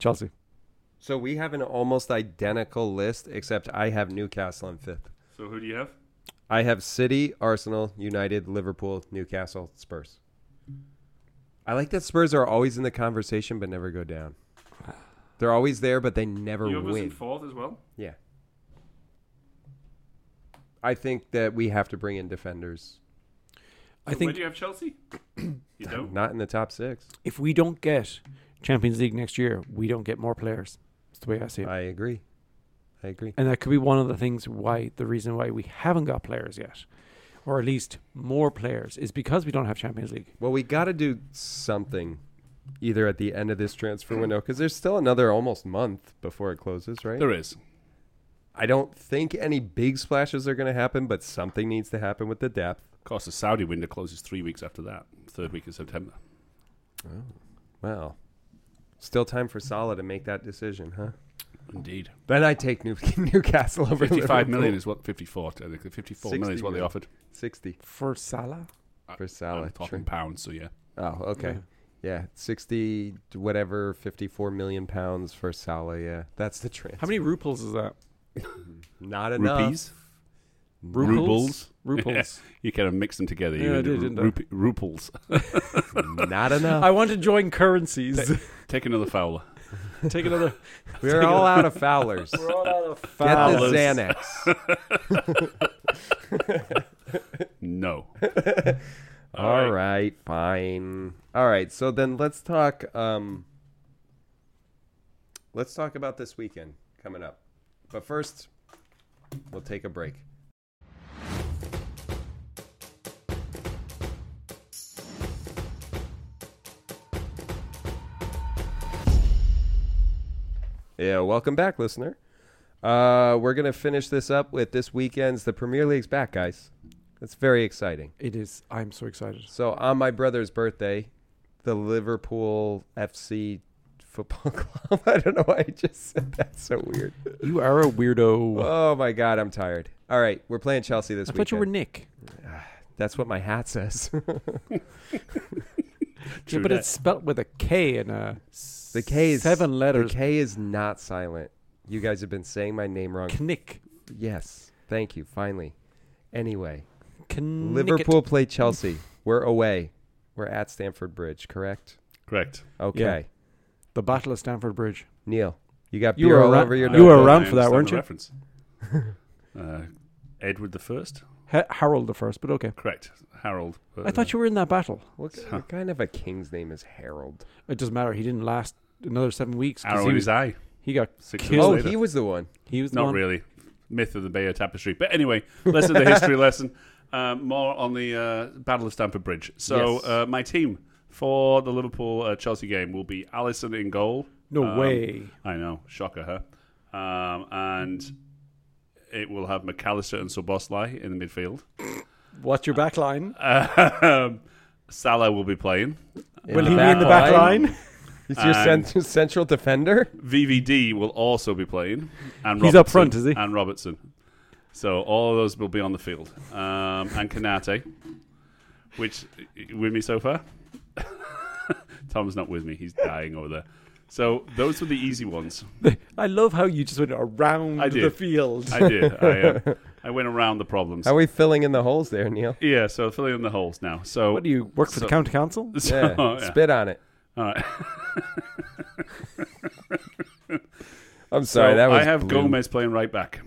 D: Chelsea.
A: So we have an almost identical list, except I have Newcastle in fifth.
C: So who do you have?
A: I have City, Arsenal, United, Liverpool, Newcastle, Spurs. I like that Spurs are always in the conversation but never go down. They're always there, but they never
C: You have us in
A: win.
C: fourth as well.
A: Yeah. I think that we have to bring in defenders.
D: I
C: So Where
D: think
C: do you have Chelsea? you don't.
A: Not in the top six.
D: if we don't get Champions League next year, we don't get more players. That's the way I see it.
A: I agree. I agree.
D: And that could be one of the things why the reason why we haven't got players yet, or at least more players, is because we don't have Champions League.
A: Well, we got to do something either at the end of this transfer window because there's still another almost month before it closes, right?
C: There is.
A: I don't think any big splashes are going to happen, but something needs to happen with the depth.
C: Of course, the Saudi window closes three weeks after that, third week of September.
A: Wow. Still time for Salah to make that decision, huh?
C: Indeed.
A: Then I take New- Newcastle over
C: Fifty-five
A: Liverpool.
C: million is what fifty-four. I think fifty-four million is
A: 60
C: what they
A: million.
C: offered.
A: 60
D: For Salah,
A: for
C: I'm
A: Salah.
C: talking
A: Sure.
C: pounds, so yeah.
A: Oh, okay. Yeah. 60 whatever 54 million pounds for Salah, yeah. That's the transfer.
D: how many rupees is that?
A: Not enough.
C: Rupees,
A: Ru-
D: Rupees?
C: rubles.
D: Rupees.
C: You kind of mix them together.
D: Yeah,
C: You
D: I
C: end up
D: did, didn't I?
C: rupe- ruples.
A: Not enough.
D: I want to join currencies.
C: Take another fowler.
D: Take another.
A: We're all out of Fowlers.
D: We're all out of
A: Get the
D: fouls.
A: Xanax.
C: No.
A: all right. fine. All right, so then let's talk. Um, let's talk about this weekend coming up. But first, we'll take a break. Yeah, welcome back, listener. Uh, we're gonna finish this up with this weekend's. The Premier League's back, guys. That's very exciting.
D: It is. I'm so excited.
A: So on my brother's birthday, the Liverpool FC football club. I don't know why I just said that. So weird.
D: You are a weirdo.
A: Oh my god, I'm tired. All right, we're playing Chelsea this
D: I
A: weekend.
D: thought you were Nick.
A: That's what my hat says.
D: Yeah,
C: True
D: but
C: that.
D: it's spelt with a K and a s-
A: The K is
D: seven
A: the
D: letters.
A: K is not silent. You guys have been saying my name wrong.
D: Knick.
A: Yes. Thank you. Finally. Anyway,
D: Knick
A: Liverpool play Chelsea. We're away. We're at Stamford Bridge, correct?
C: Correct.
A: Okay.
D: It. The Battle of Stamford Bridge.
A: Neil, you got
D: You
A: beer
D: were
A: all
D: around-
A: over your
D: You
A: nose.
D: were
C: I
D: around for that,
C: understand
D: weren't
C: the
D: you?
C: Reference. uh, Edward the First.
D: Ha- Harold the first, but okay.
C: Correct. Harold. uh,
D: I thought you were in that battle.
A: What, what kind of a king's name is Harold?
D: It doesn't matter. He didn't last another seven weeks. 'cause
C: Arrow
D: he,
C: in
D: was,
C: his eye.
D: he got
C: Six
D: Killed.
A: Oh,
C: weeks later.
A: he was the one.
D: he was the
C: Not
D: one.
C: really. Myth of the Bayeux Tapestry. But anyway, less of the history lesson. Uh, more on the uh, Battle of Stamford Bridge. So
A: Yes.
C: uh, my team for the Liverpool uh, Chelsea game will be Allison in goal.
D: No
C: Um,
D: way.
C: I know, shocker, huh? Um, and it will have McAllister and Soboslai in the midfield.
D: What's
C: uh,
D: your back line?
C: Um, Salah will be playing.
D: Will he be in the back line?
A: He's your
C: And-
A: cent- central defender.
C: VVD will also be playing. And
D: He's
C: Robertson,
D: up front, is he?
C: And Robertson. So all of those will be on the field. Um, and Kanate, which, with me so far? Tom's not with me. He's dying over there. So those were the easy ones.
D: I love how you just went around
C: I
D: the
C: did.
D: field.
C: I did. I, uh, I went around the problems.
A: How are we filling in the holes there, Neil?
C: Yeah, so filling in the holes now. So
D: What do you work for the
C: So-
D: county council?
C: so-
A: Yeah,
C: yeah.
A: spit on it.
C: All right.
A: I'm sorry,
C: So
A: that was.
C: I have
A: blue.
C: Gomez playing right back.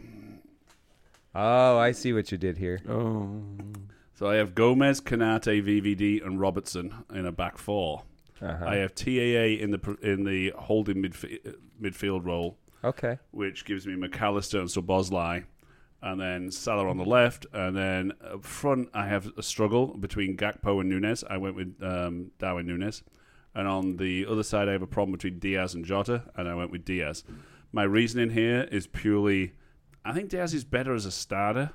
A: Oh, I see what you did here.
D: Oh,
C: So I have Gomez, Kanate, VVD, and Robertson in a back 4 I have TAA in the pr- in the holding midf- uh, midfield role,
A: Okay,
C: which gives me McAllister and Soboslai, and then Salah on the left, and then up front I have a struggle between Gakpo and Nunes. I went with um, Darwin Nunes, and on the other side I have a problem between Diaz and Jota, and I went with Diaz. My reasoning here is purely, I think Diaz is better as a starter,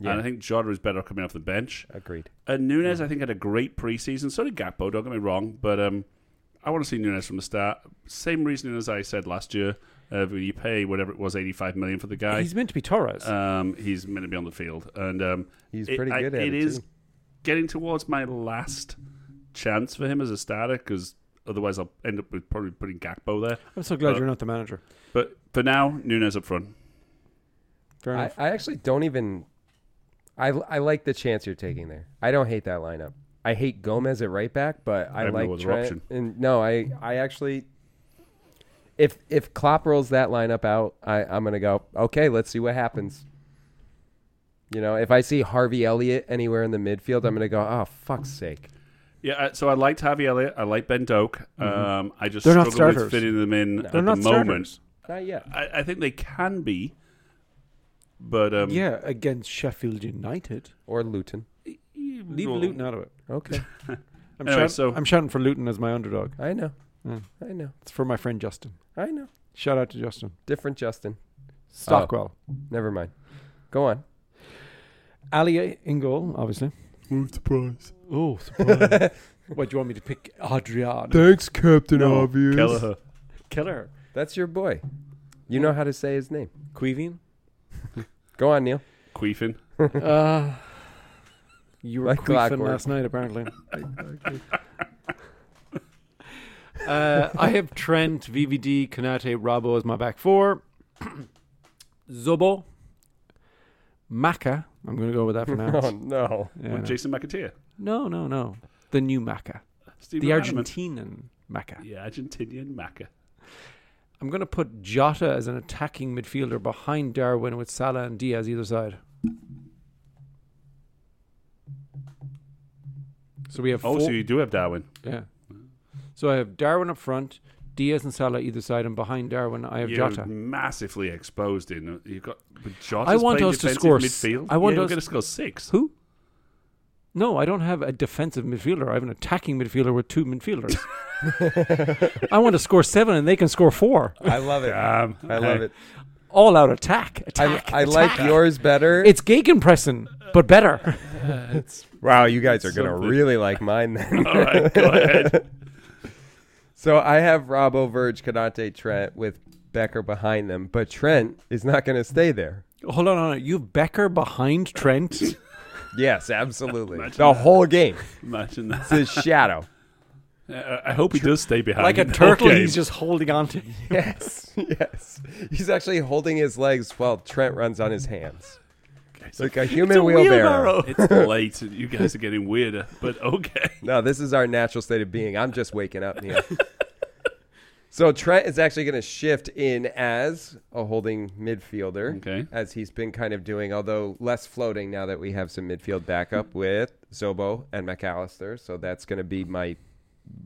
A: Yeah.
C: And I think Jota is better coming off the bench.
A: Agreed.
C: And Nunes, Uh, I think, had a great preseason. So did Gakpo. Don't get me wrong, but um, I want to see Nunes from the start. Same reasoning as I said last year. Uh, when you pay whatever it was, eighty-five million for the guy.
D: He's meant to be Torres.
C: um, he's meant to be on the field, and um,
A: He's pretty good at
C: It
A: it,
C: is
A: too.
C: getting towards my last chance for him as a starter because otherwise I'll end up with probably putting Gakpo there.
D: I'm so glad
C: uh,
D: you're not the manager.
C: But for now, Nunes up front.
D: Fair
A: I,
D: enough.
A: I actually don't even. I, I like the chance you're taking there. I don't hate that lineup. I hate Gomez at right back, but I,
C: have no
A: like
C: other
A: Trent.
C: option.
A: And no, I I actually. If if Klopp rolls that lineup out, I I'm gonna go. Okay, let's see what happens. You know, if I see Harvey Elliott anywhere in the midfield, I'm gonna go. Oh, fuck's sake!
C: Yeah, uh, so I liked Javi Elliott. I like Ben Doak. Um, I just
D: They're not
C: struggle with
D: starters.
C: fitting them in at
D: They're
C: the
D: not
C: moment.
D: starters.
A: Not yet.
C: I, I think they can be, but um,
D: yeah, against Sheffield United.
A: Or Luton.
D: Leave
C: well,
D: Luton out of it.
A: Okay,
D: I'm,
C: Anyway,
D: shout-
C: so-
D: I'm shouting for Luton as my underdog.
A: I know.
D: Mm.
A: I know.
D: It's for my friend Justin.
A: I know.
D: Shout out to Justin
A: Different Justin.
C: Uh,
D: Stockwell.
A: Never mind. Go on.
D: Alia uh, in goal, obviously. Oh, surprise. what, do you want me to pick Adrian?
A: Thanks, Captain
D: No,
A: Obvious.
C: Kelleher.
D: Killer.
A: That's your boy. You know how to say his name.
D: Queeving?
A: Go on, Neil.
C: Queefing.
D: uh, you were
A: Like
D: queefing
A: clockwork.
D: last night, apparently. uh, I have Trent, VVD, Kanate, Rabo as my back four. Zobo. Maka. I'm going to go with that for now.
A: Oh no.
D: Yeah,
C: With
D: no.
C: Jason McAteer.
D: No, no, no. The new Maca.
C: Steve
D: The
C: McManaman.
D: Argentinian Maca.
C: Yeah, Argentinian Maca.
D: I'm going to put Jota as an attacking midfielder behind Darwin with Salah and Diaz either side. So we have
C: Oh,
D: four.
C: so you do have Darwin.
D: yeah. So I have Darwin up front, Diaz and Salah either side, and behind Darwin I have
C: You're
D: Jota.
C: massively exposed in. uh, You've got but Jota's
D: I want
C: playing
D: us to
C: defensive
D: score s-
C: midfield.
D: I want
C: yeah,
D: us-
C: going to score six.
D: Who? No, I don't have a defensive midfielder. I have an attacking midfielder with two midfielders. I want to score seven, and they can score four.
A: I love it.
C: Damn.
A: I love it.
D: All out attack.
A: I,
D: Attack.
A: I like
D: attack.
A: yours better.
D: It's Gegenpressing, but better.
A: wow, you guys are gonna
C: something.
A: really like mine then.
C: All right, go ahead.
A: so I have Robbo, Verge, Kanate, Trent with Becker behind them, but Trent is not gonna stay there.
D: Hold on, hold on. You have Becker behind Trent.
A: Yes, absolutely.
C: Imagine
A: the whole game.
C: Imagine
A: It's
C: that.
A: his shadow.
C: I I hope he does stay behind.
D: like a
C: the whole
D: turtle,
C: game.
D: he's just holding on to.
A: Yes, yes. He's actually holding his legs while Trent runs on his hands. Like a human wheelbarrow.
C: It's late. and You guys are getting weirder, but okay.
A: No, this is our natural state of being. I'm just waking up, Neil. so Trent is actually going to shift in as a holding midfielder,
C: Okay.
A: as he's been kind of doing, although less floating now that we have some midfield backup with Zobo and McAllister. So that's going to be my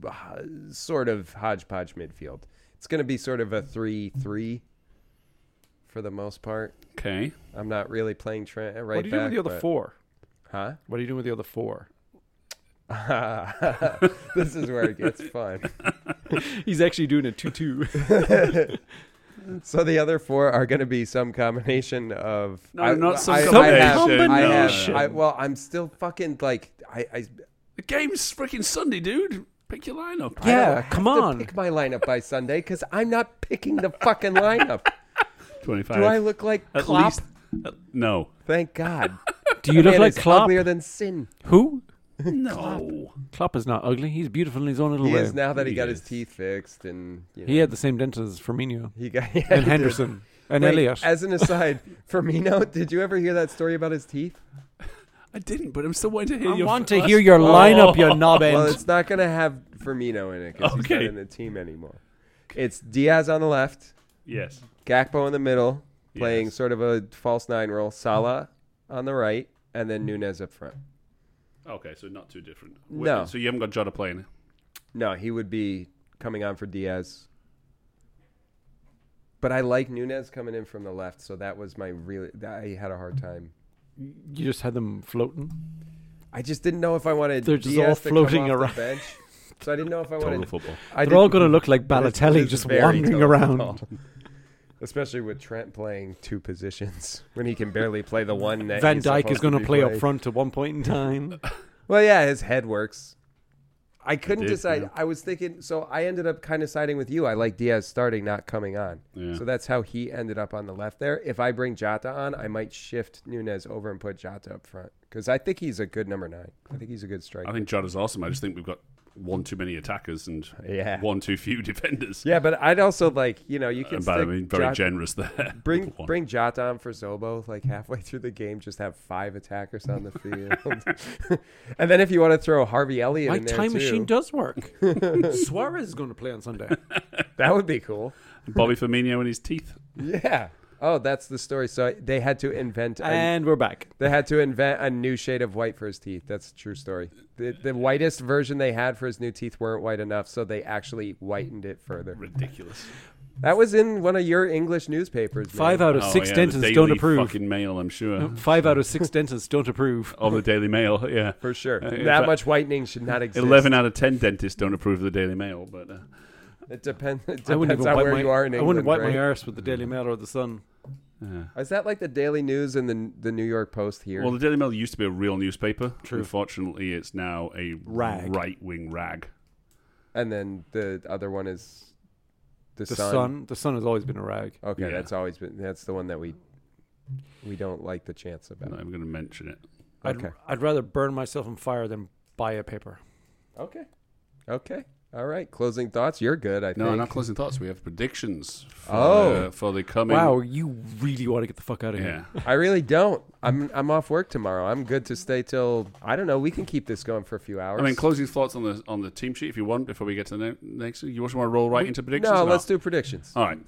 A: uh, sort of hodgepodge midfield. It's going to be sort of a three-three for the most part.
C: Okay.
A: I'm not really playing Trent at right
D: what are you doing with the
A: back,
D: other
A: but-
D: four?
A: Huh?
D: What are you doing with the other four?
A: this is where it gets fun.
D: He's actually doing a two-two.
A: So the other four are going to be some combination of
C: No, not some
A: have-
D: combination,
A: I have-
D: no, no.
A: I- well, I'm still fucking like I. I
C: The game's freaking Sunday, dude. Pick your lineup.
A: I don't
D: Yeah,
A: have
D: come
A: to
D: on.
A: pick my lineup by Sunday because I'm not picking the fucking lineup.
C: Twenty-five.
A: Do I look like
C: At
A: Klopp?
C: least. uh, no.
A: Thank God.
D: Do you look
A: Man
D: like
A: is
D: Klopp?
A: uglier than sin.
D: Who?
C: No.
D: Klopp is not ugly. He's beautiful in his own little
A: He
D: way.
A: is now that he
C: He
A: got his
C: is.
A: teeth fixed and you know,
D: He had the same dentist as Firmino
A: he got yeah,
D: and
A: he did.
D: Henderson and
A: Wait,
D: Elliot.
A: As an aside, Firmino, did you ever hear that story about his teeth?
C: I didn't, but I'm still waiting to hear
D: I
C: your.
D: want to
C: first-
D: hear your
C: Oh.
D: lineup, you knob
A: Well,
D: end.
A: it's not going to have Firmino in it because he's not
C: Okay.
A: in the team anymore. It's Diaz on the left,
C: Yes.
A: Gakpo in the middle, playing
C: Yes.
A: sort of a false nine role, Salah
D: Mm-hmm.
A: on the right, and then Nunez up front.
C: Okay, so not too different.
A: No.
C: So you haven't got Jota playing.
A: No, he would be coming on for Diaz. But I like Nunez coming in from the left, so that was my really. I had a hard time.
D: You just had them floating.
A: I just didn't know if I wanted
D: They're just
A: Diaz
D: all
A: to come
D: floating
A: off the
D: around.
A: bench. So I didn't know if I wanted.
C: football.
A: I
D: They're all
A: didn't-
D: going to look like
A: This-
D: Balotelli
A: this is
D: just
A: very
D: wandering
A: total
D: around.
A: football. Especially with Trent playing two positions when he can barely play the one that
D: Van
A: he's
D: Dyke is
A: supposed
D: going to
A: be
D: play up
A: playing.
D: front at one point in time.
A: Well, yeah, his head works. I couldn't
C: did,
A: decide.
C: yeah.
A: I was thinking, so I ended up kind of siding with you. I like Diaz starting, not coming on.
C: Yeah.
A: So that's how he ended up on the left there. If I bring Jota on, I might shift Nunez over and put Jota up front because I think he's a good number nine. I think he's a good
C: I
A: striker.
C: think Jota's awesome. I just think we've got one too many attackers and
A: Yeah.
C: one too few defenders.
A: Yeah, but I'd also like you know you can
C: And by I
A: stick
C: mean very
A: Jota-
C: generous there.
A: bring
C: One.
A: bring Jota on for Zobo like halfway through the game. Just have five attackers on the field, and then if you want to throw Harvey Elliott
D: My
A: in there
D: time
A: too,
D: machine does work. Suarez is going to play on Sunday.
A: that would be cool.
C: Bobby Firmino and his teeth.
A: Yeah. Oh, that's the story. So they had to invent a,
D: And we're back.
A: they had to invent a new shade of white for his teeth. That's a true story. The, the whitest version they had for his new teeth weren't white enough, so they actually whitened it further.
C: Ridiculous.
A: That was in one of your English newspapers. man.
D: Five uh, out of
C: Oh,
D: six
C: yeah, the
D: dentists don't
C: Daily
D: approve.
C: Fucking mail, I'm sure.
D: Five out of six dentists don't approve.
C: of the Daily Mail, yeah.
A: for sure.
C: Uh, in
A: that
C: fact-
A: much whitening should not exist.
C: Eleven out of ten dentists don't approve of the Daily Mail, but uh,
A: It depends. It
D: I wouldn't
A: depends
D: even
A: on
D: wipe
A: where
D: my,
A: you are in
D: I
A: England.
D: wouldn't wipe
A: right? Mm-hmm.
D: my arse with the Daily Mail or the Sun.
C: yeah.
A: Is that like the Daily News and the the New York Post here?
C: Well, the Daily Mail used to be a real newspaper.
D: True.
C: Unfortunately, it's now a
D: Rag.
C: right-wing rag.
A: and then the other one is the,
D: The
A: Sun.
D: Sun. The Sun has always been a rag.
A: Okay,
C: Yeah.
A: that's always been that's the one that we we don't like the chance
C: I'm
A: about.
C: not even going to mention it.
D: I'd,
A: Okay.
D: I'd rather burn myself in fire than buy a paper.
A: Okay. Okay. All right. Closing thoughts. You're good. I
C: No,
A: think.
C: not closing thoughts. We have predictions. For,
A: Oh.
C: uh, for the coming.
D: wow, you really want to get the fuck out of
C: Yeah.
D: here.
A: I really don't. I'm I'm off work tomorrow. I'm good to stay till I don't know. We can keep this going for a few hours.
C: I mean, closing thoughts on the on the team sheet, if you want, before we get to the ne- next. You also want to roll right into predictions? Oh.
A: no,
C: or
A: let's
C: not?
A: do predictions.
C: All right.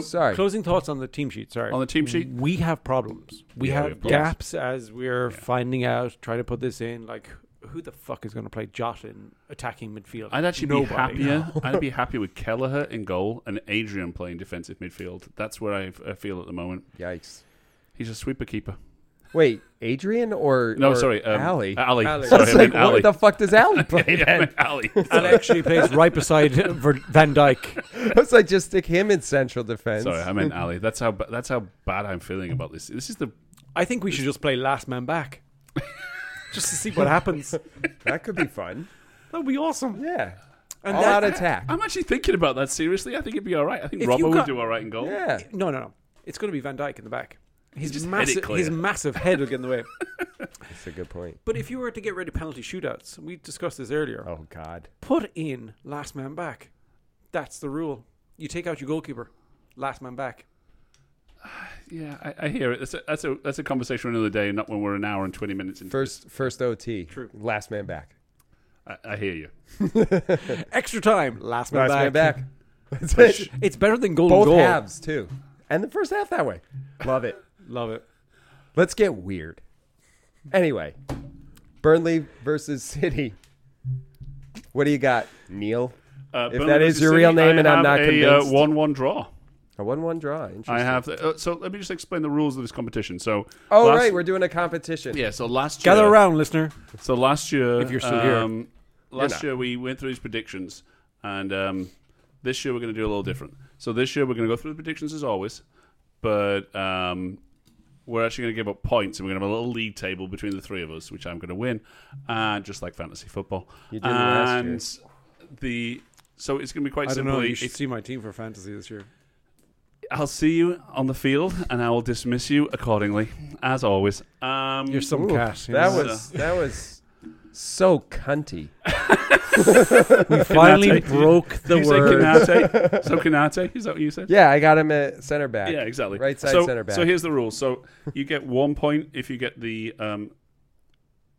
C: so
A: Sorry.
D: closing thoughts on the team sheet. Sorry.
C: on the team sheet,
D: we have problems. We
C: Yeah,
D: have
C: we have problems.
D: gaps as we're finding out, trying to put this in. Like, who the fuck is going to play Jota in attacking midfield?
C: I'd actually
D: Nobody.
C: be happier. I'd be happier with Kelleher in goal and Adrian playing defensive midfield. That's where I, I feel at the moment.
A: Yikes.
C: He's a sweeper keeper.
A: Wait, Adrian or
C: No,
A: or
C: sorry, um,
A: Allie.
C: Allie.
D: Allie.
C: Sorry, I
A: It's like,
C: meant Allie.
A: what the fuck does Allie play?
C: Yeah, I meant Allie.
D: And actually plays right beside Ver- Van Dyke.
A: It's like just stick him in central defense.
C: Sorry, I meant Ali. That's how ba- that's how bad I'm feeling about this. This is the
D: I think we should just play last man back, just to see what happens. That
A: that could be fun.
D: would be awesome.
A: Yeah.
D: And
A: All
D: that- Oh.
A: out attack.
C: I'm actually thinking about that seriously. I think it'd be all right. I think
D: If
C: Robbo
D: you
C: would
D: got-
C: do all right in goal.
A: yeah.
D: No, no, no. It's going to be Van Dyke in the back. His
C: just head it
D: massive,
C: clear.
D: his massive head will get in the way.
A: That's a good point.
D: But if you were to get rid of penalty shootouts, we discussed this earlier.
A: Oh God.
D: put in last man back. That's the rule. You take out your goalkeeper, last man back.
C: Yeah, I, I hear it. That's a, that's a that's a conversation for another day, not when we're an hour and twenty minutes in.
A: First first OT.
D: True.
A: Last man back.
C: I, I hear you.
D: Extra time, last man
A: Last man
D: back.
A: back. That's it.
D: It's better than golden
A: Both
D: goal.
A: halves too. And the first half that way. Love it.
D: Love it.
A: Let's get weird. Anyway, Burnley versus City. What do you got, Neil?
C: Uh,
A: If
C: Burnley
A: that is
C: versus
A: your
C: City,
A: real name
C: I
A: and I'm
C: have
A: not
C: a,
A: convinced.
C: uh, one-one draw.
A: A one-one draw. Interesting.
C: I have. The, uh, so let me just explain the rules of this competition. So
A: Oh
C: last-
A: right, we're doing a competition.
C: yeah. So last
D: Gather
C: year,
D: around, listener.
C: So last year, um,
D: If you're still here.
C: last
A: not.
C: year we went through these predictions, and um, this year we're going to do a little different. So this year we're going to go through the predictions as always, but um, we're actually going to give up points, and we're going to have a little league table between the three of us, which I'm going to win, uh, just like fantasy football.
A: You did last
C: and the so it's going to be quite
D: I don't
C: simply.
D: know. You should
C: it's-
D: see my team for fantasy this year.
C: I'll see you on the field, and I will dismiss you accordingly, as always. Um,
D: You're some
A: Ooh,
D: cat. you
A: That
D: know.
A: was that was so cunty.
D: we finally
C: Canate.
D: broke the
C: you say
D: word.
C: Canate? so Canate? Is that what you said?
A: Yeah, I got him at center back.
C: Yeah, exactly.
A: Right side
C: so,
A: center back.
C: So here's the rule. So you get one point if you get the um,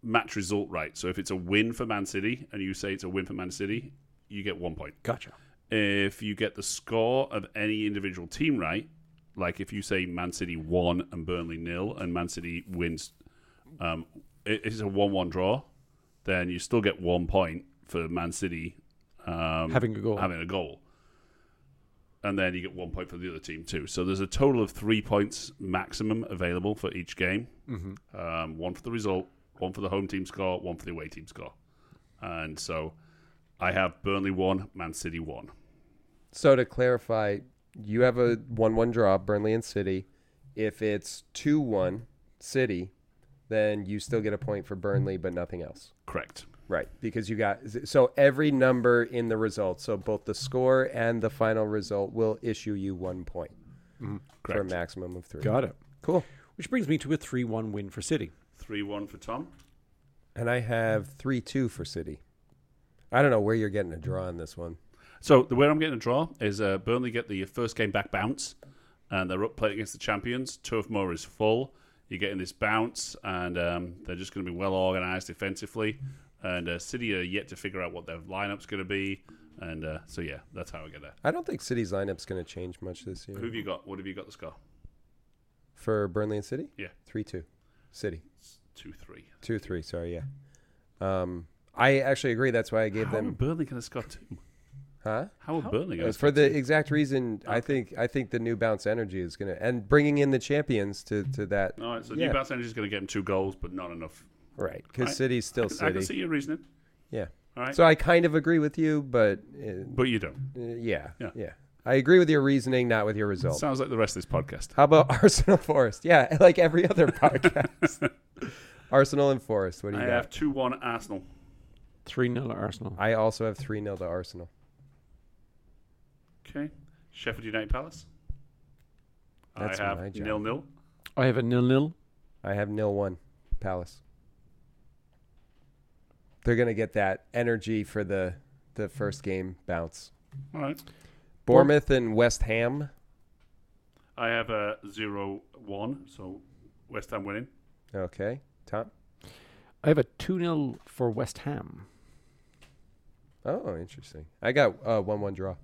C: match result right. So if it's a win for Man City and you say it's a win for Man City, you get one point.
D: Gotcha.
C: If you get the score of any individual team right, like if you say Man City one and Burnley nil, and Man City wins, um, it- it's a one-one draw, then you still get one point for Man City um,
D: Having a goal.
C: having a goal. And then you get one point for the other team too. So there's a total of three points maximum available for each game. Um, one for the result, one for the home team score, one for the away team score. And so I have Burnley one, Man City one.
A: So to clarify, you have a 1 1 draw, Burnley and City. If it's 2 1 City, then you still get a point for Burnley, but nothing else.
C: Correct.
A: Right. Because you got, so every number in the result, so both the score and the final result will issue you one point for a
C: Correct.
A: maximum of three.
D: Got it.
A: Cool.
D: Which brings me to a 3 1 win for City.
C: 3 1 for Tom.
A: And I have 3 2 for City. I don't know where you're getting a draw on this one.
C: So the way I'm getting a draw is uh, Burnley get the first game back bounce, and they're up playing against the champions. Turf Moor is full. You're getting this bounce, and um, they're just going to be well organised defensively. And uh, City are yet to figure out what their lineup's going to be. And uh, so yeah, that's how I get there.
A: I don't think City's lineup's going to change much this year.
C: Who have you got? What have you got the score?
A: For Burnley and City?
C: Yeah.
A: 3 2. City.
C: It's two three.
A: Two, three. Sorry, yeah. Um, I actually agree. That's why I gave
C: How are
A: them.
C: Burnley going to score two?
A: Huh?
C: How are Burnley going to
A: For the exact reason, I think. I think the new bounce energy is gonna and bringing in the champions to to that.
C: All right, so
A: Yeah.
C: New Bounce Energy is going to get him two goals, but not enough.
A: Right, because
C: I-
A: City's
C: I
A: still
C: can, I can see
A: City.
C: your reasoning.
A: Yeah.
C: All right,
A: So I kind of agree with you, but uh,
C: but you don't.
A: uh, yeah,
C: Yeah.
A: yeah, I agree with your reasoning, not with your result.
C: Sounds like the rest of this podcast.
A: How about Arsenal Forest? Yeah, like every other podcast. Arsenal and Forest. What do
C: I
A: you got?
C: have two one Arsenal.
D: 3 0 Arsenal.
A: I also have three 0 to Arsenal.
C: Okay. Sheffield United Palace.
A: That's
C: I have
A: my job.
C: nil nil.
D: I have a nil nil.
A: I have nil one Palace. They're gonna get that energy for the the first game bounce.
C: All right.
A: Bournemouth and West Ham.
C: I have a zero one. So West Ham winning.
A: Okay, Tom.
D: I have a 2 0 for West Ham.
A: Oh, interesting. I got uh, one one draw.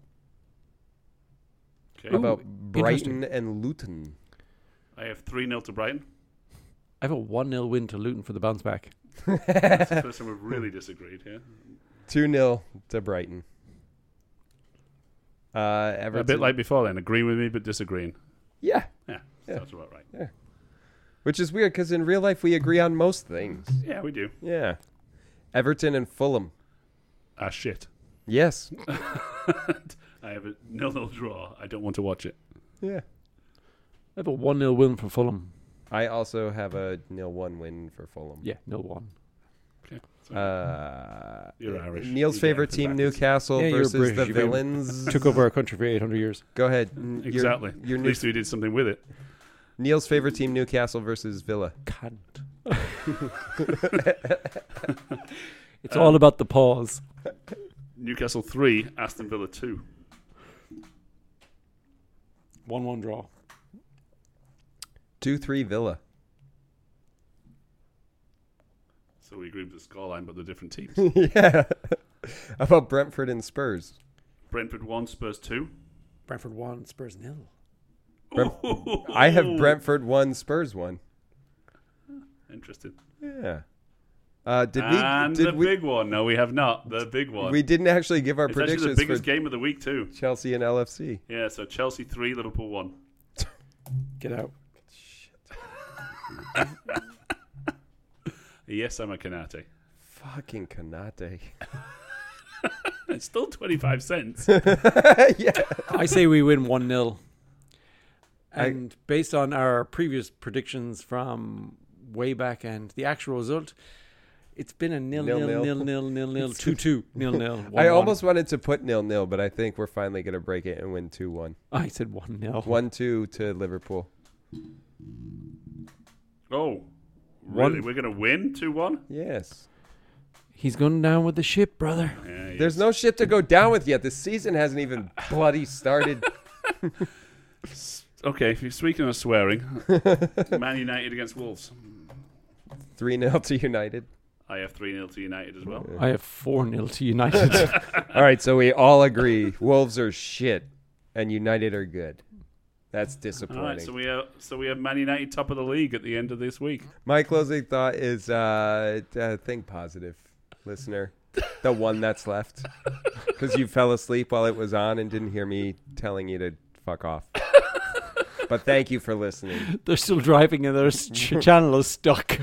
C: Okay.
A: How about
D: interesting.
A: Brighton and Luton?
C: I have three 0 to Brighton.
D: I have a 1 0 win to Luton for the bounce back.
C: That's the first time we've really disagreed here.
A: Two 0 to Brighton. Uh, Everton.
C: A bit like before then, agreeing with me but disagreeing.
A: yeah,
C: Yeah,
A: Yeah.
C: That's about right.
A: which is weird because in real life we agree on most things.
C: Yeah, we do.
A: Yeah, Everton and Fulham.
C: Ah shit.
A: Yes.
C: I have a nil nil draw. I don't want to watch it.
A: Yeah.
D: I have a 1 0 win for Fulham.
A: I also have a nil one win for Fulham.
D: Yeah, nil 1.
C: Okay. So
A: Uh,
C: You're Irish.
A: Neil's
C: You get it
A: favorite
C: for
A: team,
C: breakfast.
A: Newcastle
D: Yeah, you're
A: versus
D: British,
A: the
D: you've been-
A: villains.
D: Took over our country for 800 years.
A: Go ahead. N- your-
C: exactly.
A: Your,
C: At
A: new,
C: least we did something with it.
A: Neil's favorite team, Newcastle versus Villa.
D: Can't. it's all about the pause.
C: Newcastle three, Aston Villa two.
D: 1 1 draw.
A: Two three Villa.
C: So we agree with the scoreline, but they're different teams.
A: yeah. How about Brentford and Spurs?
C: Brentford one, Spurs two.
D: Brentford 1, Spurs nil.
A: I have Brentford one, Spurs one.
C: Interesting.
A: Yeah. Uh, did
C: and
A: we?
C: the
A: Did we?
C: big one. No, we have not. The big one.
A: We didn't actually give our
C: it's actually
A: predictions
C: the biggest
A: for
C: game of the week, too.
A: Chelsea and LFC.
C: Yeah, so Chelsea 3, Liverpool 1.
D: Get out.
C: Yes, I'm a Canate.
A: Fucking Kanate.
C: It's still 25 cents.
A: yeah.
D: I say we win 1 0. And based on our previous predictions from way back and the actual result, it's been a nil nil
A: Nil-nil.
D: nil nil nil nil two two nil nil.
A: I
D: one-one.
A: almost wanted to put nil nil, but I think we're finally gonna break it and win two one.
D: I said one nil.
A: One two to Liverpool.
C: oh,
D: One.
C: really? We're going to win 2 1?
A: Yes.
D: He's going down with the ship, brother.
C: Yeah, yeah.
A: There's no shit to go down with yet. The season hasn't even bloody started.
C: Okay, if you're speaking of swearing, Man United against Wolves.
A: 3 0 to United.
C: I have 3 0 to United as well.
D: I have four nil to United.
A: All right, so we all agree Wolves are shit and United are good. That's disappointing.
C: All right, so we have so we have Man United top of the league at the end of this week.
A: My closing thought is uh, uh, think positive, listener. The one that's left. Because you fell asleep while it was on and didn't hear me telling you to fuck off. But thank you for listening.
D: they're still driving and their s- ch- channel is stuck.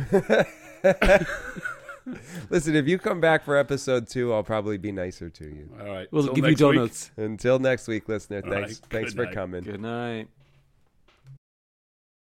A: Listen, if you come back for episode two, I'll probably be nicer to you.
C: All right.
D: We'll
C: till
D: give you
C: next week.
D: donuts.
A: Until next week, listener.
C: All
A: Thanks.
C: right.
A: Thanks
C: Good
A: for
C: night.
A: coming.
D: Good night.